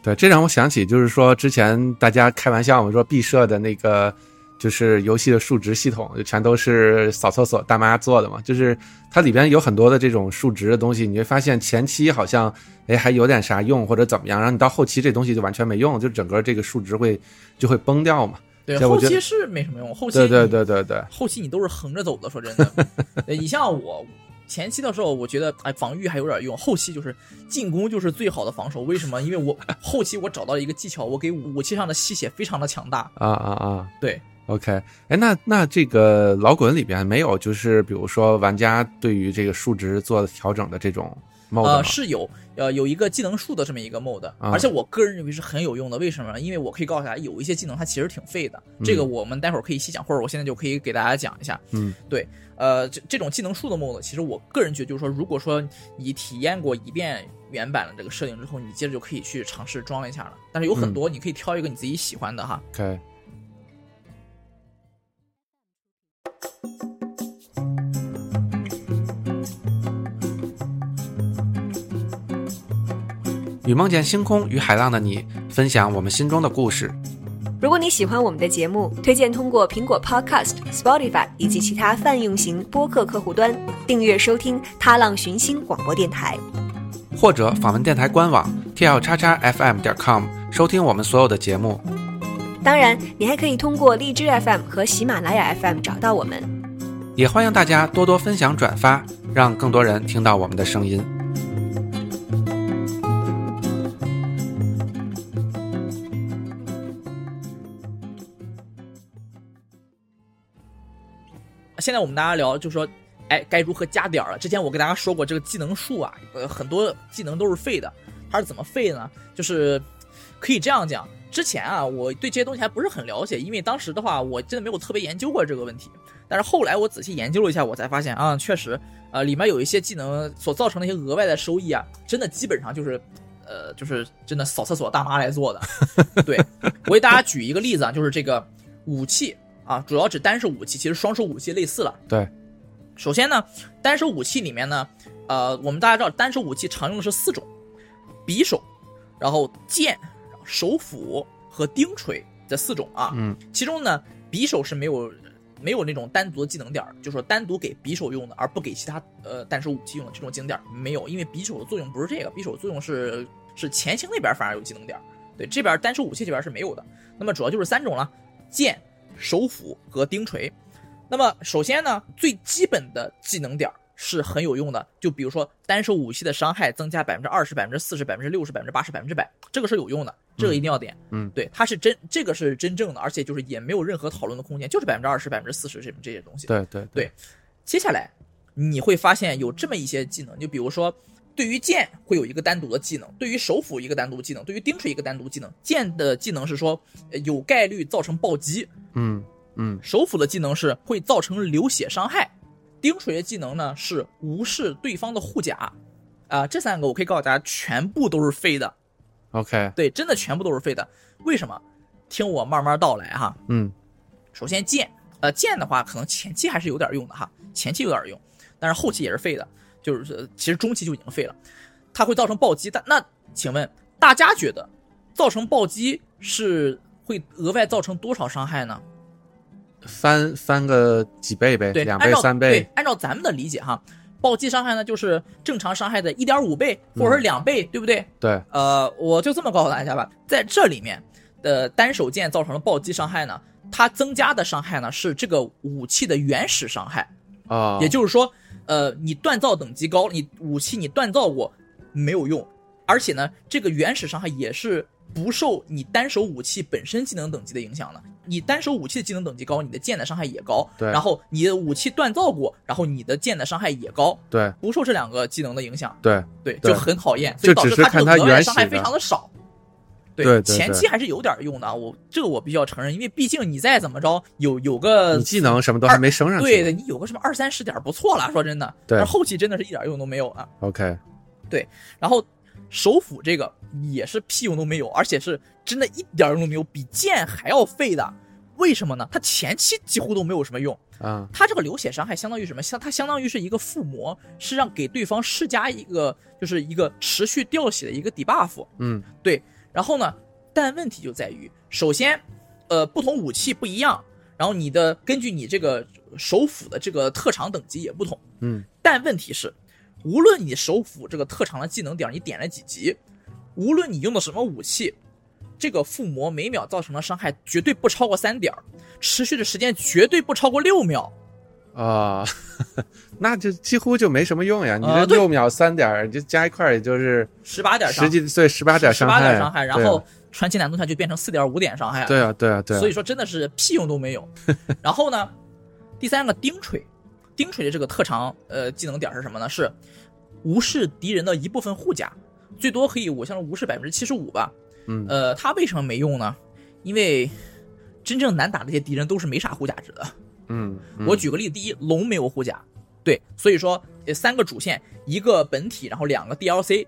对，这让我想起就是说之前大家开玩笑我们说毕设的那个就是游戏的数值系统，就全都是扫厕所大妈做的嘛，就是它里边有很多的这种数值的东西，你会发现前期好像哎还有点啥用或者怎么样，然后你到后期这东西就完全没用，就整个这个数值会就会崩掉嘛。对，这我后觉得期是没什么用，后期对对你对对对，后期你都是横着走的。说真的，呃你像我前期的时候，我觉得哎防御还有点用，后期就是进攻就是最好的防守。为什么？因为我 后期我找到了一个技巧，我给武器上的吸血非常的强大。啊啊啊！对， OK，哎，那那这个老滚里边没有，就是比如说玩家对于这个数值做调整的这种 mode 吗？呃是有呃有一个技能树的这么一个 mod，、e 啊而且我个人认为是很有用的。为什么呢？因为我可以告诉大家，有一些技能它其实挺废的，这个我们待会儿可以细讲，或者我现在就可以给大家讲一下。嗯，对，呃，这这种技能树的 mod，e 其实我个人觉得就是说，如果说你体验过一遍原版的这个设定之后，你接着就可以去尝试装一下了。但是有嗯很多你可以挑一个你自己喜欢的哈。 OK，与梦见星空与海浪的你，分享我们心中的故事。如果你喜欢我们的节目，推荐通过苹果 Podcast、Spotify 以及其他泛用型播客客户端订阅收听《踏浪寻星广播电台》。或者访问电台官网 t l 叉叉 f m 点 com 收听我们所有的节目。当然，你还可以通过荔枝 FM 和喜马拉雅 FM 找到我们。也欢迎大家多多分享转发，让更多人听到我们的声音。现在我们大家聊，就说，哎，该如何加点儿了？之前我跟大家说过，这个技能树啊，呃，很多技能都是废的。它是怎么废呢？就是可以这样讲，之前啊，我对这些东西还不是很了解，因为当时的话，我真的没有特别研究过这个问题。但是后来我仔细研究了一下，我才发现啊，确实，呃，里面有一些技能所造成的一些额外的收益啊，真的基本上就是。呃，就是真的扫厕所大妈来做的。对我给大家举一个例子啊，就是这个武器啊，主要指单手武器，其实双手武器类似了。对，首先呢，单手武器里面呢，呃，我们大家知道单手武器常用的是四种：匕首，然后剑、手斧和钉锤这四种啊。嗯，其中呢，匕首是没有没有那种单独的技能点儿，就是说单独给匕首用的，而不给其他呃单手武器用的这种技能点儿没有，因为匕首的作用不是这个，匕首作用是是前行那边反而有技能点儿，对这边单手武器这边是没有的。那么主要就是三种了：剑、手斧和钉锤。那么首先呢，最基本的技能点儿是很有用的，就比如说单手武器的伤害增加百分之二十、百分之四十、百分之六十、百分之八十、百分之百，这个是有用的，这个一定要点。嗯对，它是真，这个是真正的，而且就是也没有任何讨论的空间，就是百分之二十、百分之四十这这些东西。对对对接下来你会发现有这么一些技能，就比如说。对于剑会有一个单独的技能，对于手斧一个单独技能，对于钉锤一个单独技能。剑的技能是说呃有概率造成暴击，嗯嗯手斧的技能是会造成流血伤害，钉锤的技能呢是无视对方的护甲，啊、这三个我可以告诉大家，全部都是废的， ，OK，对，真的全部都是废的。为什么？听我慢慢道来哈。嗯首先剑，呃，剑的话可能前期还是有点用的哈，前期有点用，但是后期也是废的，就是呃其实中期就已经废了，它会造成暴击。但那请问大家觉得造成暴击是会额外造成多少伤害呢？翻翻个几倍呗，对，两按倍照三对倍，，按照咱们的理解哈，暴击伤害呢就是正常伤害的一点五倍或嗯者是两倍，对不对？对，呃，我就这么告诉大家吧，在这里面的单手剑造成的暴击伤害呢，它增加的伤害呢是这个武器的原始伤害，啊，也就是说，呃，你锻造等级高，你武器你锻造过没有用，而且呢，这个原始伤害也是不受你单手武器本身技能等级的影响的。你单手武器的技能等级高，你的剑的伤害也高，对然后你的武器锻造过，然后你的剑的伤害也高，对不受这两个技能的影响，对对，对就很讨厌，就所以导只致是它看这它个额外原伤害始非的常的少。对对对前期还是有点用的啊，我这个我必须要承认，因为毕竟你再怎么着，有有个你技能什么都还没升上去，对的，你有个什呃么二三十点儿不错了，说真的。嗯对但是后期真的是一点用都没有啊。 o k 然后手斧这个也是屁用都没有，而且是真的一点用都没有，比剑还要废的。为什么呢？它前期几乎都没有什么用，啊，它这个流血伤害相当于什么？相它相当于是一个附魔，是让给对方施加一个就是一个持续掉血的一个 debuff。嗯对，然后呢，但问题就在于，首先，呃，不同武器不一样，然后你的根据你这个手斧的这个特长等级也不同。嗯但问题是，无论你手斧这个特长的技能点儿你点了几级，无论你用的什么武器，这个附魔每秒造成的伤害绝对不超过三点儿，持续的时间绝对不超过六秒。啊， 那就几乎就没什么用呀。你啊这对六秒三点儿，你就加一块儿，也就是十八点十几对十八点十害，八点伤害，对然啊后传奇难度下就变成四点五点伤害了。对啊对啊对啊，所以说真的是屁用都没 有。然后呢，第三个钉锤，钉锤的这个特长呃技能点是什么呢？是无视敌人的一部分护甲，最多可以我像是无视百分之七十五吧。嗯呃，它为什么没用呢？因为真正难打的这些敌人都是没啥护甲值的。嗯，嗯我举个例子，第一，龙没有护甲，对，所以说呃三个主线，一个本体，然后两个 DLC，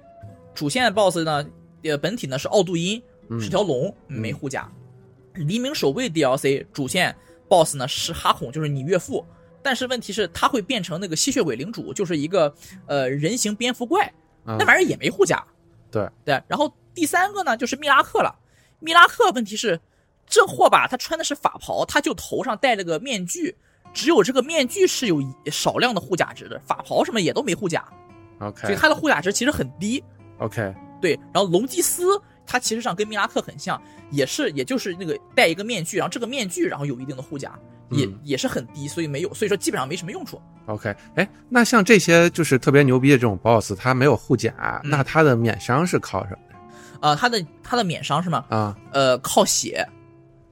主线的 BOSS 呢，呃，本体呢是奥杜因，嗯是条龙，没护甲。黎明守卫 DLC 主线 BOSS 呢是哈孔，就是你岳父，但是问题是他会变成那个吸血鬼领主，就是一个呃人形蝙蝠怪，嗯那玩意儿也没护甲。对对，然后第三个呢就是密拉克了。密拉克问题是，这货吧，他穿的是法袍，他就头上戴了个面具，只有这个面具是有少量的护甲值的，法袍什么也都没护甲，所以 OK 他的护甲值其实很低。 OK 对，然后隆基斯他其实上跟密拉克很像，也是也就是那个戴一个面具，然后这个面具然后有一定的护甲，也、嗯也是很低，所以没有，所以说基本上没什么用处。 OK，哎，那像这些就是特别牛逼的这种 BOSS，他没有护甲，嗯那他的免伤是靠什么啊，他的他的免伤是吗？啊？呃，靠血，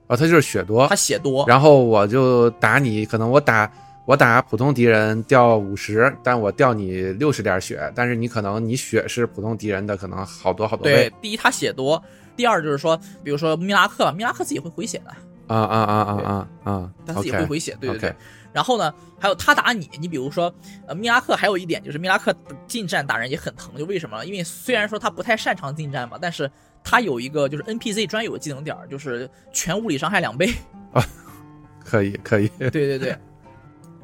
哦，他就是血多他，血多，然后我就打你，可能我打我打普通敌人掉五十，但我掉你六十点血，但是你可能你血是普通敌人的可能好多好多对倍，第一他血多，第二就是说，比如说密拉克，密拉克自己会回血的，啊啊啊啊啊啊他自己会！OK 回血，对对对。 OK，然后呢，还有他打你，你比如说，呃，密拉克还有一点就是密拉克近战打人也很疼，就为什么呢？因为虽然说他不太擅长近战嘛，但是他有一个就是 NPC 专有的技能点儿，就是全物理伤害两倍。可以可以，对对对，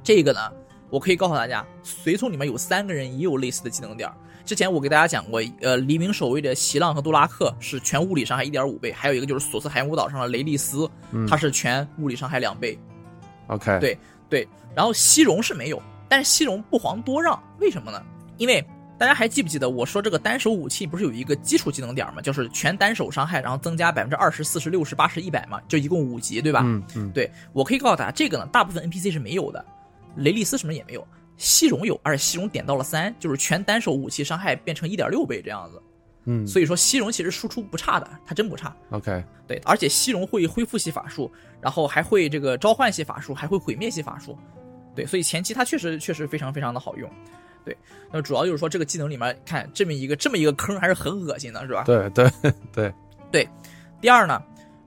这个呢，我可以告诉大家，随从里面有三个人也有类似的技能点儿。之前我给大家讲过，呃，黎明守卫的席浪和杜拉克是全物理伤害一点五倍，还有一个就是索斯海姆岛上的雷利斯，嗯他是全物理伤害两倍。 OK，对对，然后西戎是没有，但是西戎不遑多让，为什么呢？因为大家还记不记得我说这个单手武器不是有一个基础技能点儿吗？就是全单手伤害，然后增加百分之二十、四十六、十、八十、一百嘛，就一共五级，对吧？嗯嗯对我可以告诉大家，这个呢，大部分 NPC 是没有的，雷利斯什么也没有，西戎有，而且西戎点到了三，就是全单手武器伤害变成一点六倍这样子，嗯，所以啊说西戎其实输出不差的，它真不差。 OK 对，而且西戎会恢复系法术，然后还会这个召唤系法术，还会毁灭系法术。对，所以前期它确实确实非常非常的好用。对，那主要就是说这个技能里面看这么一个这么一个坑还是很恶心的，是吧？对对对，第二呢，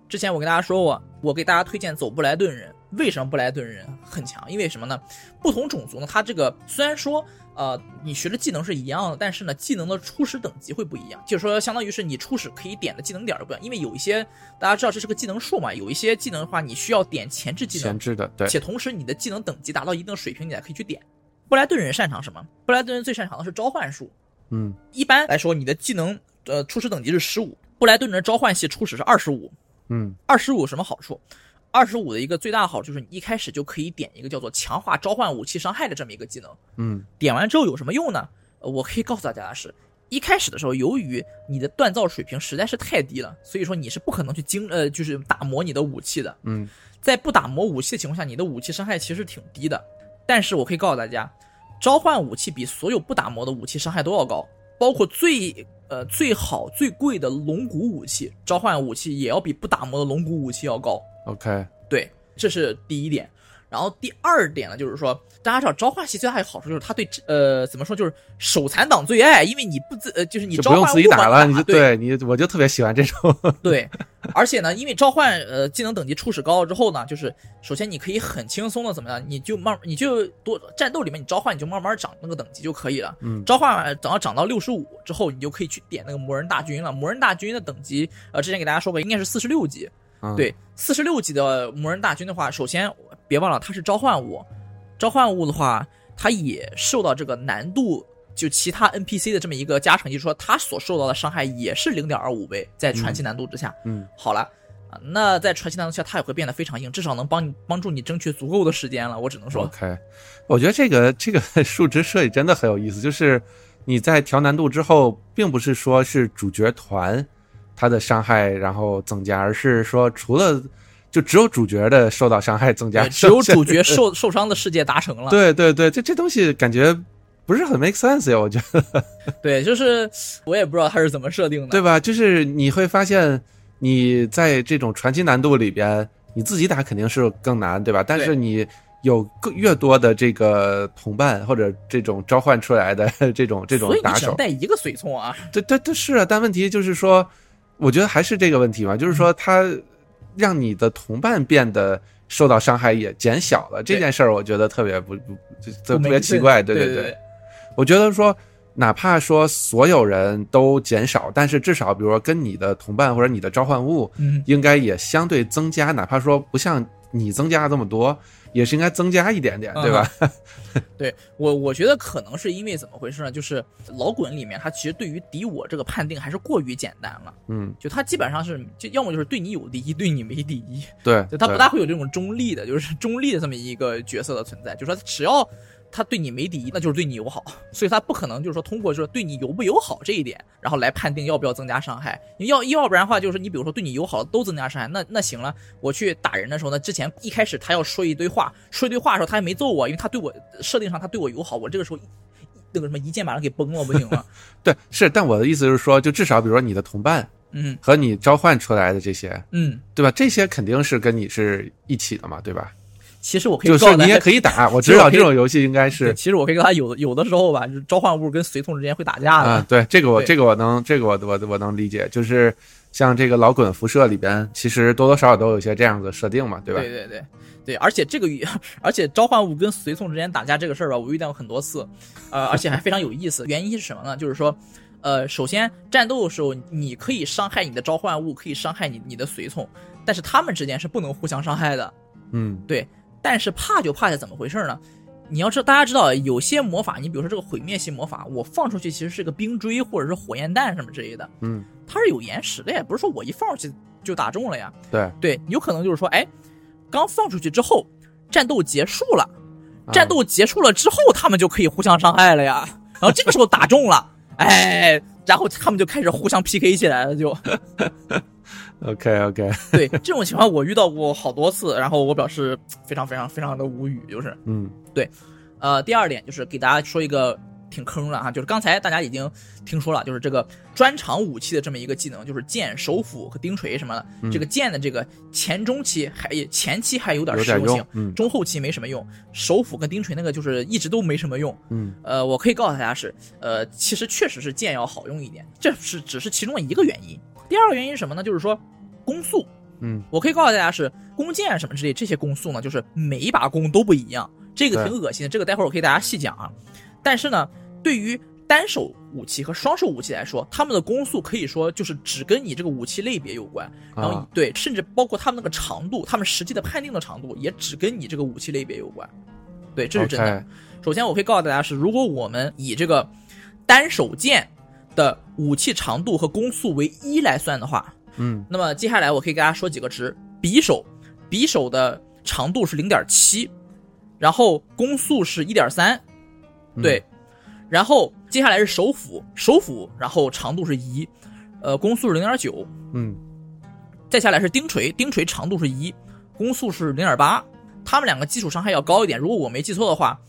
之前我跟大家说过，我给大家推荐走布莱顿人。为什么布莱顿人很强？因为什么呢？不同种族呢，它这个虽然说呃你学的技能是一样的，但是呢技能的初始等级会不一样，就是说相当于是你初始可以点的技能点儿不一样，因为有一些大家知道这是个技能树嘛，有一些技能的话你需要点前置技能前，置的对，且同时你的技能等级达到一定水平，你才可以去点。布莱顿人擅长什么？布莱顿人最擅长的是召唤术，嗯一般来说你的技能呃初始等级是十五，布莱顿人的召唤系初始是二十五，嗯二十五什么好处？二十五的一个最大好就是你一开始就可以点一个叫做强化召唤武器伤害的这么一个技能。嗯点完之后有什么用呢？呃我可以告诉大家的是，一开始的时候，由于你的锻造水平实在是太低了，所以说你是不可能去精呃就是打磨你的武器的。嗯在不打磨武器的情况下，你的武器伤害其实挺低的。但是我可以告诉大家，召唤武器比所有不打磨的武器伤害都要高，包括最呃最好最贵的龙骨武器，召唤武器也要比不打磨的龙骨武器要高。 OK 对，这是第一点。然后第二点呢，就是说，大家知道召唤系最大的好处就是它对呃怎么说，就是手残党最爱，因为你不自呃就是你就召不唤用自己物嘛了，你就对你我就特别喜欢这种， 对，而且呢，因为召唤呃技能等级初始高了之后呢，就是首先你可以很轻松的怎么样，你就慢你就多战斗里面你召唤你就慢慢涨那个等级就可以了。嗯召唤呃等到涨到六十五之后，你就可以去点那个魔人大军了。魔人大军的等级呃之前给大家说过应该是四十六级，嗯对，四十六级的魔人大军的话，首先别忘了它是召唤物，召唤物的话，它也受到这个难度就其他 NPC 的这么一个加成，也就是说它所受到的伤害也是零点二五倍，在传奇难度之下。 嗯，好了。啊，那在传奇难度下，它也会变得非常硬，至少能帮你帮助你争取足够的时间了。我只能说， OK，我觉得这个这个 数值设计真的很有意思，就是你在调难度之后，并不是说是主角团他的伤害然后增加，而是说除了就只有主角的受到伤害增加对，只有剩下 主角受受伤的世界达成了。对对对，这这东西感觉不是很 make sense 呀，我觉得，对，就是我也不知道它是怎么设定的。对吧？就是你会发现你在这种传奇难度里边，你自己打肯定是更难，对吧？但是对你。有更越多的这个同伴或者这种召唤出来的这种这种所以你打只手能，带一个随从啊。对对对，是啊，但问题就是说，我觉得还是这个问题嘛，就是嗯说它让你的同伴变得受到伤害也减小了，这对件事儿我觉得特别不不就特不特没别劲奇怪，对对对。对，我觉得说，哪怕说所有人都减少，但是至少比如说跟你的同伴或者你的召唤物，嗯，应该也相对增加，哪怕说不像你增加这么多，也是应该增加一点嗯点，对吧？对我我觉得可能是因为怎么回事呢？就是老滚里面，它其实对于敌我这个判定还是过于简单了，嗯，就它基本上是就要么就是对你有敌意，对你没敌意，对，就它不对大会有这种中立的，就是中立的这么一个角色的存在。就说只要他对你没敌意，那就是对你友好，所以他不可能就是说通过就是对你友不友好这一点，然后来判定要不要增加伤害。因为要要不然的话，就是你比如说对你友好的都增加伤害，那那行了，我去打人的时候呢，之前一开始他要说一堆话，说一堆话的时候他还没揍我，因为他对我设定上他对我友好，我这个时候一那个什么一剑把他给崩了不行吗？对是。但我的意思就是说，就至少比如说你的同伴嗯和你召唤出来的这些，嗯，对吧？这些肯定是跟你是一起的嘛，对吧？其实我可以就是告诉你大也家。可以打，我其知实道我可这以种游戏应该对是其实我可以跟他有有的时候吧，就是召唤物跟随从之间会打架的。啊，对这个我对这个我能这个我我我能理解，就是像这个老滚辐射里边，其实多多少少都有一些这样的设定嘛，对吧？对对对对而且这个与 而且召唤物跟随从之间打架这个事儿吧，我遇到过很多次，呃，而且还非常有意思。原因是什么呢？就是说，呃，首先战斗的时候，你可以伤害你的召唤物，可以伤害你你的随从，但是他们之间是不能互相伤害的。嗯但是怕就怕在怎么回事呢？你要知道，大家知道有些魔法，你比如说这个毁灭系魔法，我放出去其实是个冰锥或者是火焰弹什么之类的，嗯，它是有延时的呀，不是说我一放出去就打中了呀。对，对，有可能就是说，哎，刚放出去之后，战斗结束了，战啊斗结束了之后，他们就可以互相伤害 了呀。然后这个时候打中了，哎，然后他们就开始互相 PK 起来了，就 OK OK，对这种情况我遇到过好多次，然后我表示非常非常非常的无语，就是嗯呃，第二点就是给大家说一个挺坑的哈，就是刚才大家已经听说了，就是这个专长武器的这么一个技能，就是剑、手斧和钉锤什么的。嗯这个剑的这个前中期还也前期还有点有实点用性用，嗯中后期没什么用。手斧跟钉锤那个就是一直都没什么用。嗯呃，我可以告诉大家是，呃，其实确实是剑要好用一点，这是只是其中的一个原因。第二个原因是什么呢？就是说攻速，嗯，我可以告诉大家是弓箭什么之类这些弓速呢，就是每一把弓都不一样，这个对挺恶心的，这个待会儿我可以大家细讲啊。但是呢，对于单手武器和双手武器来说，他们的弓速可以说就是只跟你这个武器类别有关，然后、啊对，甚至包括他们那个长度，他们实际的判定的长度也只跟你这个武器类别有关。对，这是真的。 OK，首先，我可以告诉大家是，如果我们以这个单手剑的武器长度和攻速为一来算的话，嗯那么接下来我可以给大家说几个值：匕首，匕首的长度是零点七，然后攻速是一点三，嗯对，然后接下来是手斧，手斧然后长度是一，呃，攻速是零点九，嗯再下来是钉锤，钉锤长度是一，攻速是零点八，他们两个基础伤害要高一点。如果我没记错的话，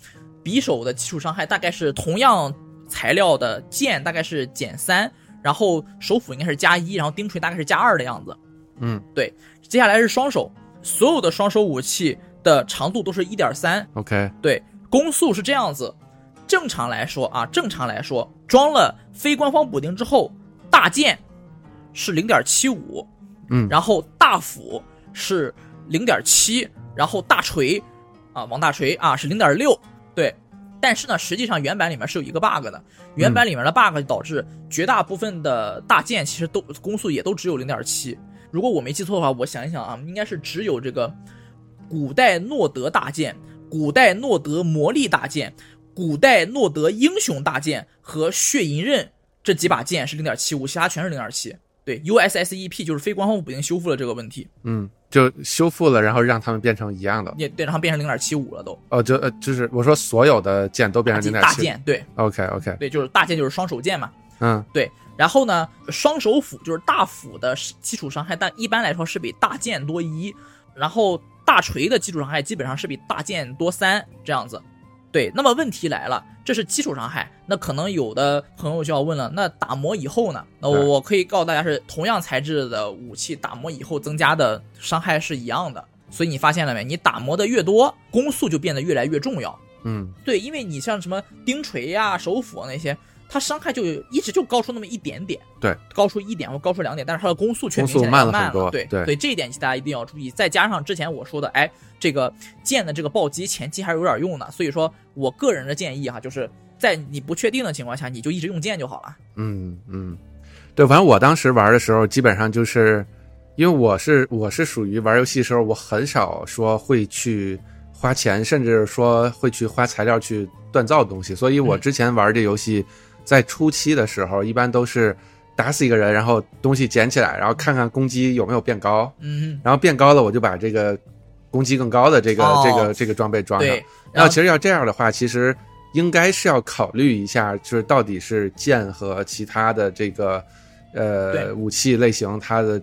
匕首的基础伤害大概是同样材料的剑大概是减三，然后手斧应该是加一，然后钉锤大概是加二的样子。嗯接下来是双手，所有的双手武器的长度都是一点三， OK，对，攻速是这样子。正常来说啊，正常来说，装了非官方补丁之后，大剑是零点七五，嗯然后大斧是零点七，然后大锤啊，王大锤啊是零点六，对。但是呢，实际上原版里面是有一个 bug 的，原版里面的 bug 导致绝大部分的大剑其实都攻速也都只有零点七，如果我没记错的话，我想一想啊，应该是只有这个古代诺德大剑、古代诺德魔力大剑、古代诺德英雄大剑和血银刃这几把剑是零点七五，其他全是零点七。对，USSEP E 就是非官方补丁修复了这个问题，嗯，就修复了，然后让他们变成一样的。也对，然后变成零点七五了都。哦，就呃，就是我说所有的剑都变大成零剑点大七。剑，对 OK OK，对，就是大剑就是双手剑嘛。嗯然后呢，双手斧就是大斧的基础伤害，但一般来说是比大剑多一，然后大锤的基础伤害基本上是比大剑多三这样子。对，那么问题来了，这是基础伤害，那可能有的朋友就要问了，那打磨以后呢？那我嗯我可以告诉大家，是同样材质的武器打磨以后增加的伤害是一样的，所以你发现了没？你打磨的越多，攻速就变得越来越重要。嗯，对，因为你像什么钉锤呀、手斧啊那些，它伤害就一直就高出那么一点点，对，高出一点或高出两点，但是它的攻速却攻明速显要慢慢了很多对对所以这一点大家一定要注意。再加上之前我说的，哎，这个剑的这个暴击前期还是有点用的，所以说我个人的建议哈，就是在你不确定的情况下，你就一直用剑就好了。嗯，嗯，对，反正我当时玩的时候，基本上就是，因为我是我是属于玩游戏的时候，我很少说会去花钱，甚至说会去花材料去锻造东西，所以我嗯之前玩这游戏，在初期的时候，一般都是打死一个人，然后东西捡起来，然后看看攻击有没有变高，嗯，然后变高了，我就把这个攻击更高的这个、哦这个这个装备装上对。，那其实要这样的话，其实应该是要考虑一下，就是到底是剑和其他的这个对呃武器类型它的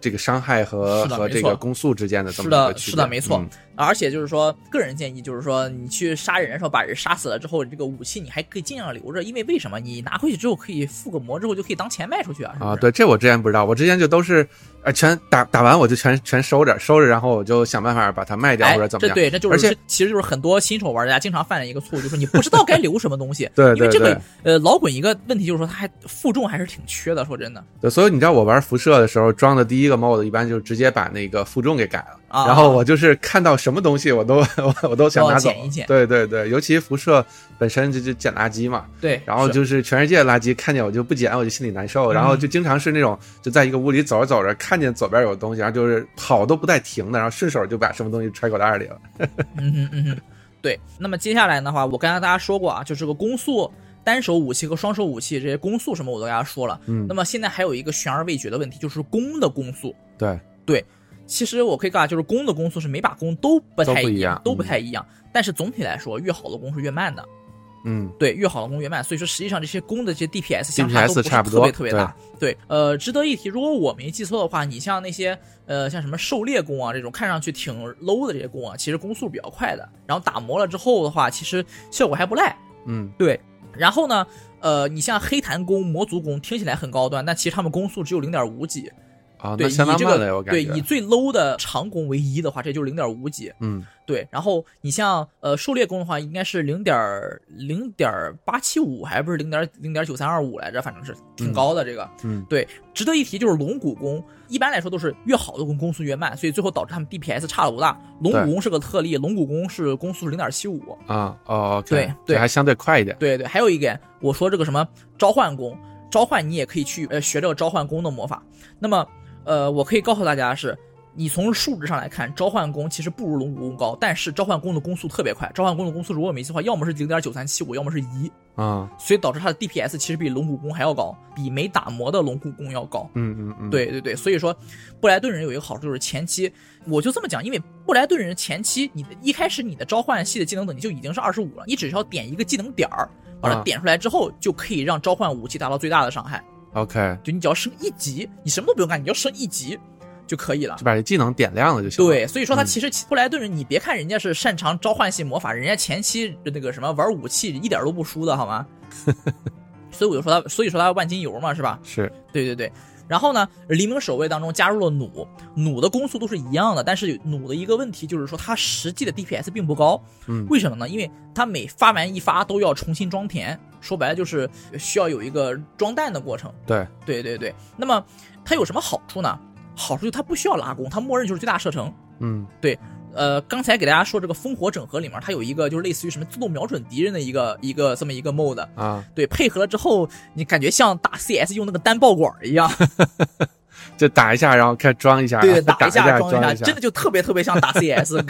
这个伤害和是的和没这错个攻速之间的这么是的一个区别。是的没错嗯而且就是说，个人建议就是说，你去杀人的时候把人杀死了之后，这个武器你还可以尽量留着，因为为什么？你拿回去之后可以附个魔，之后就可以当钱卖出去啊！是不是啊，，对，这我之前不知道，我之前就都是呃全打打完我就全全收着收着，然后我就想办法把它卖掉哎或者怎么这样。对，这就是而且。这其实就是很多新手玩家经常犯的一个错误，就是你不知道该留什么东西 对因为对这对个呃老滚一个问题就是说，它还负重还是挺缺的。说真的对，所以你知道我玩辐射的时候装的第一个 mod 一般就直接把那个负重给改了。啊，然后我就是看到什么东西我都我我都想都要拿走，捡一捡对对对，尤其辐射本身就就捡垃圾嘛，对，然后是嗯就是全世界垃圾看见我就不捡，我就心里难受，然后就经常是那种就在一个屋里走着走着，看见左边有东西，然后就是跑都不带停的，然后顺手就把什么东西揣口袋里了。嗯哼嗯哼，对。那么接下来的话，我刚才大家说过啊，就是这个攻速。单手武器和双手武器这些攻速什么我都跟大家说了，嗯那么现在还有一个悬而未决的问题，就是弓的攻速。对，其实我可以告诉大家，就是弓的攻速是每把弓都不太都不一一样都不太一样。但是总体来说，越好的弓是越慢的，嗯，对，越好的弓越慢。所以说，实际上这些弓的这些 DPS 相差 DPS 都不是差不特多别特别大。对，呃，值得一提，如果我没记错的话，你像那些呃像什么狩猎弓啊这种看上去挺 low 的这些弓啊，其实攻速比较快的。然后打磨了之后的话，其实效果还不赖。嗯，对，然后呢，呃，你像黑檀弓、魔族弓听起来很高端，但其实他们攻速只有零点五几。啊，对，那以相当这慢个了，我感对觉以。最 low 的长弓为一的话，这就是零点五几。嗯，对，然后你像呃狩猎弓的话，应该是零点零点八七五，还不是零点零点九三二五来着，反正是挺高的这个。嗯对，值得一提就是龙骨弓，一般来说都是越好的弓攻速越慢，所以最后导致他们 DPS 差的不大。龙对骨弓是个特例，龙骨弓是攻速是零点七五。啊，哦，对对还相对快一点。对对，还有一点，我说这个什么召唤弓，召唤你也可以去呃学这个召唤弓的魔法。那么呃，我可以告诉大家是，你从数值上来看，召唤弓其实不如龙骨弓高，但是召唤弓的攻速特别快，召唤弓的攻速如果我没记错的话，要么是零点九三七五，要么是一，啊，所以导致它的 DPS 其实比龙骨弓还要高，比没打磨的龙骨弓要高。嗯嗯嗯，，对对对，所以说布莱顿人有一个好处就是前期，我就这么讲，因为布莱顿人前期你的一开始你的召唤系的技能等级就已经是二十五了，你只需要点一个技能点儿，把它啊点出来之后，就可以让召唤武器达到最大的伤害。 ，OK，就你只要升一级，你什么都不用干，你就升一级就可以了就。把这技能点亮了就行了。对，所以说他嗯其实布莱顿人，你别看人家是擅长召唤系魔法，人家前期那个什么玩武器一点都不输的好 吗？所以我就说他，所以说他万金油嘛，是吧？是，对对对。然后呢，黎明守卫当中加入了弩，弩的攻速都是一样的，但是弩的一个问题就是说，它实际的 DPS 并不高。嗯为什么呢？因为它每发完一发都要重新装填，说白了就是需要有一个装弹的过程。对，对对对。那么它有什么好处呢？好处就是它不需要拉弓，它默认就是最大射程。嗯呃，刚才给大家说这个烽火整合里面，它有一个就是类似于什么自动瞄准敌人的一个一个这么一个 mod，啊，对，配合了之后，你感觉像打 CS 用那个单爆管儿一样。就打一下，然后看装一下，对，打啊一下装装下，一下，真的就特别特别 像打 CS，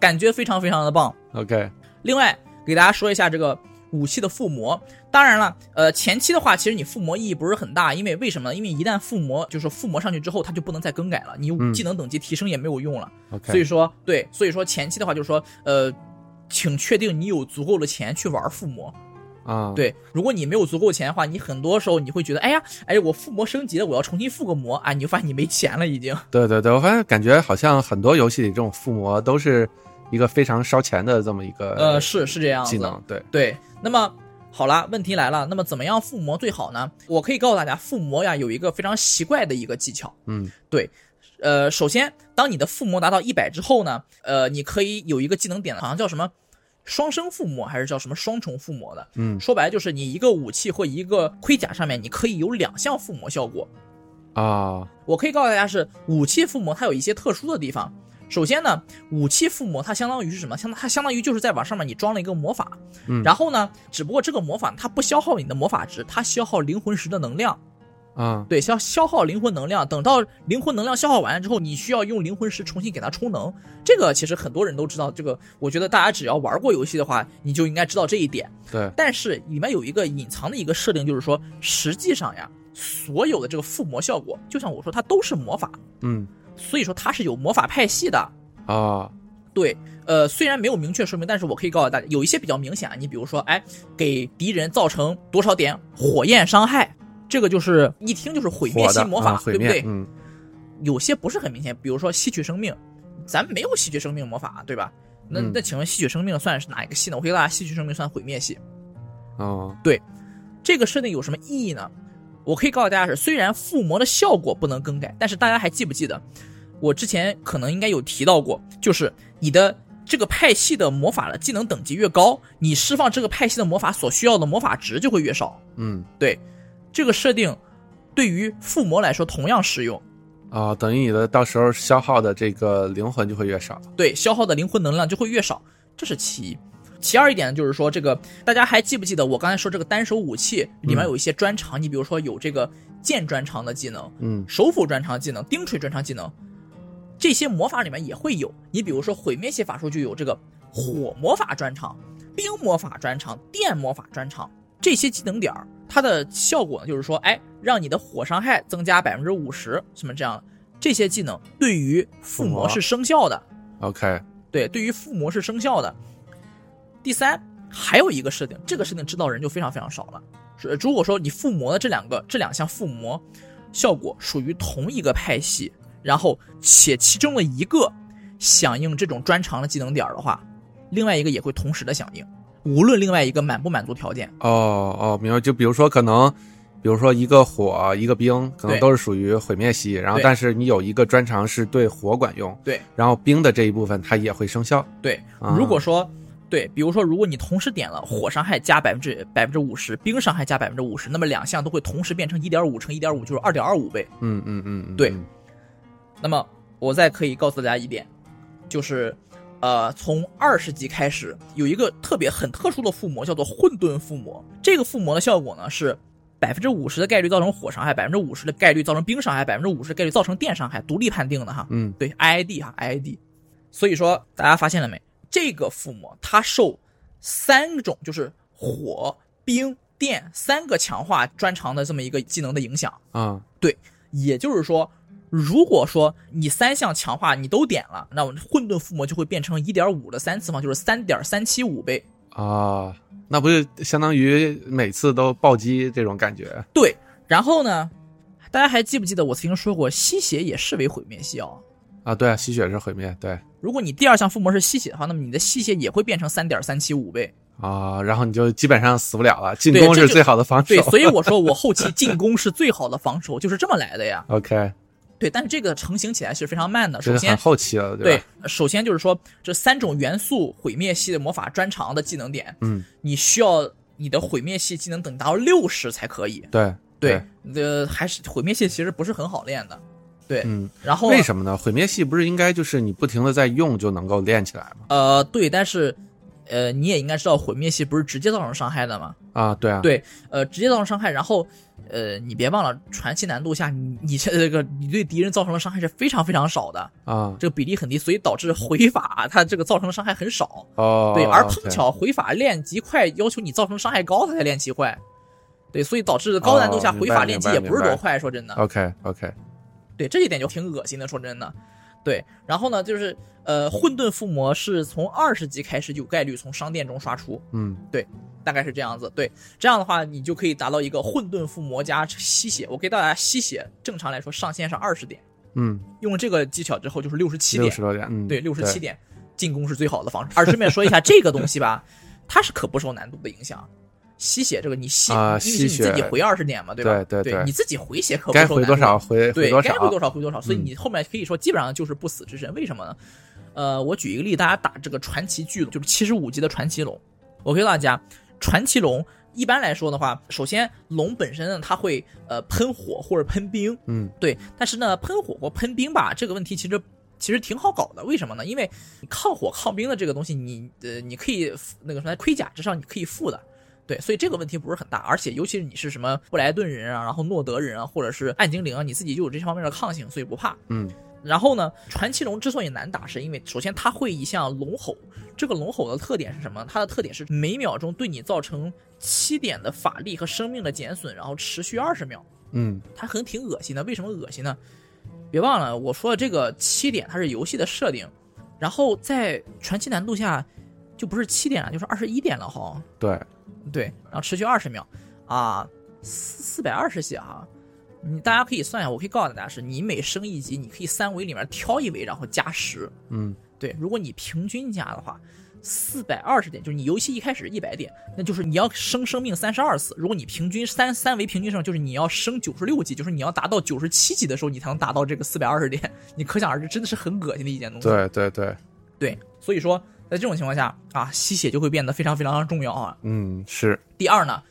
感觉非常非常的棒。 OK，另外，给大家说一下这个武器的附魔。当然了，呃，前期的话，其实你附魔意义不是很大，因为为什么呢？因为一旦附魔，就是附魔上去之后，它就不能再更改了，你嗯技能等级提升也没有用了。 OK，所以说，对，所以说前期的话，就是说，呃，请确定你有足够的钱去玩附魔。啊，，对，如果你没有足够钱的话，你很多时候你会觉得，哎呀，哎，我附魔升级了，我要重新附个魔啊，你就发现你没钱了已经。对对对，我发现感觉好像很多游戏里这种附魔都是一个非常烧钱的这么一个呃，是是这样子。技能，对，对，那么好啦，问题来了，那么怎么样附魔最好呢？我可以告诉大家，附魔呀有一个非常奇怪的一个技巧。嗯呃，首先，当你的附魔达到一百之后呢，呃，你可以有一个技能点，好像叫什么双生附魔，还是叫什么双重附魔的。嗯说白了就是你一个武器或一个盔甲上面，你可以有两项附魔效果。啊，我可以告诉大家是武器附魔它有一些特殊的地方。首先呢，武器附魔它相当于是什么？相它相当于就是在往上面你装了一个魔法，嗯然后呢，只不过这个魔法它不消耗你的魔法值，它消耗灵魂石的能量，啊对，消消耗灵魂能量。等到灵魂能量消耗完了之后，你需要用灵魂石重新给它充能。这个其实很多人都知道，这个我觉得大家只要玩过游戏的话，你就应该知道这一点。对，但是里面有一个隐藏的一个设定，就是说实际上呀，所有的这个附魔效果，就像我说，它都是魔法。嗯所以说它是有魔法派系的。啊对，呃，虽然没有明确说明，但是我可以告诉大家，有一些比较明显啊，你比如说，哎，给敌人造成多少点火焰伤害，这个就是一听就是毁灭火的系魔法，啊毁对不灭，对？嗯有些不是很明显，比如说吸取生命，咱没有吸取生命魔法，对吧？那嗯那请问吸取生命算是哪一个系呢？我可以告诉大家，吸取生命算毁灭系。哦这个设定有什么意义呢？我可以告诉大家是，虽然附魔的效果不能更改，但是大家还记不记得，我之前可能应该有提到过，就是你的这个派系的魔法的技能等级越高，你释放这个派系的魔法所需要的魔法值就会越少。嗯对，这个设定对于附魔来说同样适用。啊，等于你的到时候消耗的这个灵魂就会越少，对，消耗的灵魂能量就会越少，这是其一。其二一点呢，就是说，这个大家还记不记得我刚才说这个单手武器里面嗯有一些专长？你比如说有这个剑专长的技能，嗯手斧专长技能、钉锤专长技能，这些魔法里面也会有。你比如说毁灭系法术就有这个火魔法专长、冰魔法专长、电魔法专长这些技能点儿，它的效果呢就是说，哎，让你的火伤害增加百分之五十，什么这样的。这些技能对于附附魔魔是生效的， ，OK，对，对于附魔是生效的。第三，还有一个设定，这个设定知道人就非常非常少了。是如果说你附魔的这两个这两项附魔效果属于同一个派系，然后且其中的一个响应这种专长的技能点儿的话，另外一个也会同时的响应，无论另外一个满不满足条件。哦哦，明白。就比如说，可能，比如说一个火，一个冰，可能对都是属于毁灭系。然后，对但是你有一个专长是对火管用，对然后冰的这一部分它也会生效。对啊，如果说。对，比如说，如果你同时点了火伤害加百分之百分之五十，冰伤害加百分之五十，那么两项都会同时变成一点五乘一点五，就是二点二五倍。嗯嗯嗯，嗯对嗯那么我再可以告诉大家一点，就是，呃，从二十级开始有一个特别很特殊的附魔，叫做混沌附魔。这个附魔的效果呢是百分之五十的概率造成火伤害，百分之五十的概率造成冰伤害，百分之五十的概率造成电伤害，独立判定的哈。嗯对，IID 哈，IID。所以说，大家发现了没？这个附魔它受三种就是火、冰、电三个强化专长的这么一个技能的影响。啊也就是说，如果说你三项强化你都点了，那我混沌附魔就会变成一点五的三次方，就是三点三七五倍。啊，那不是相当于每次都暴击这种感觉？对，然后呢，大家还记不记得我曾经说过，吸血也视为毁灭系啊？啊，对啊，吸血是毁灭，对如果你第二项附魔是吸血的话，那么你的吸血也会变成三点三七五倍。啊，然后你就基本上死不了了。进对攻这是就最好的防守对，。所以我说我后期进攻是最好的防守，就是这么来的呀。 OK，对，但是这个成型起来是非常慢的。这首是先很，后期了，对吧？，首先就是说这三种元素毁灭系的魔法专长的技能点，嗯，你需要你的毁灭系技能等达到六十才可以。对对，，呃，还是毁灭系其实不是很好练的。对，嗯。然后为什么呢？毁灭系不是应该就是你不停的在用就能够练起来吗？呃，对，但是呃，你也应该知道，毁灭系不是直接造成伤害的吗？啊，对啊，对，呃，直接造成伤害，然后，呃，你别忘了，传奇难度下，你 你这这个你对敌人造成的伤害是非常非常少的，啊，这个比例很低，所以导致回法它这个造成的伤害很少。哦，对，而 OK 碰巧回法练级快，要求你造成伤害高，它才练级快。对，所以导致高难度下哦回明白法练级明白也不是明白多哦快，说真的。 ，OK OK，对，这一点就挺恶心的，说真的。对，然后呢，就是呃，混沌附魔是从二十级开始有概率从商店中刷出，嗯，大概是这样子。对，这样的话你就可以达到一个混沌附魔加吸血。我给大家吸血，正常来说上限是二十点，嗯，用了这个技巧之后就是六十七六点，十多点，嗯，对，六十七点，进攻是最好的方式。而顺便说一下这个东西吧，它是可不受难度的影响。吸血这个你吸，啊因为是你吸自己血回二十点嘛，对吧？对对对你自己回血可不该受回难多度。少回对，多该回多少，少回多少。所以嗯你后面可以说，基本上就是不死之身。为什么呢？呃，我举一个例，大家打这个传奇巨龙，就是七十五级的传奇龙。我告诉大家，传奇龙一般来说的话，首先龙本身呢，它会呃喷火或者喷冰，嗯对。但是呢，喷火或喷冰吧，这个问题其实。其实挺好搞的，为什么呢？因为抗火抗冰的这个东西你，呃你可以那个什么盔甲之上你可以附的，对，所以这个问题不是很大，而且尤其是你是什么布莱顿人啊，然后诺德人啊，或者是暗精灵啊，你自己就有这方面的抗性，所以不怕。嗯，然后呢，传奇龙之所以难打，是因为首先它会一项龙吼，这个龙吼的特点是什么？它的特点是每秒钟对你造成七点的法力和生命的减损，然后持续二十秒，嗯它很挺恶心的。为什么恶心呢？别忘了我说的这个七点它是游戏的设定，然后在传奇难度下就不是七点了，就是二十一点了哈。对，对，然后持续二十秒，啊，四四百二十血啊，你大家可以算一下，我可以告诉大家是，你每升一级，你可以三维里面挑一维，然后加十。嗯对，如果你平均加的话，四百二十点，就是你游戏一开始一百点，那就是你要升生命三十二次。如果你平均三三维平均升，就是你要升九十六级，就是你要达到九十七级的时候，你才能达到这个四百二十点。你可想而知，真的是很恶心的一件东西。对对对，对，所以说在这种情况下啊，吸血就会变得非常非常重要啊。嗯是，第二呢，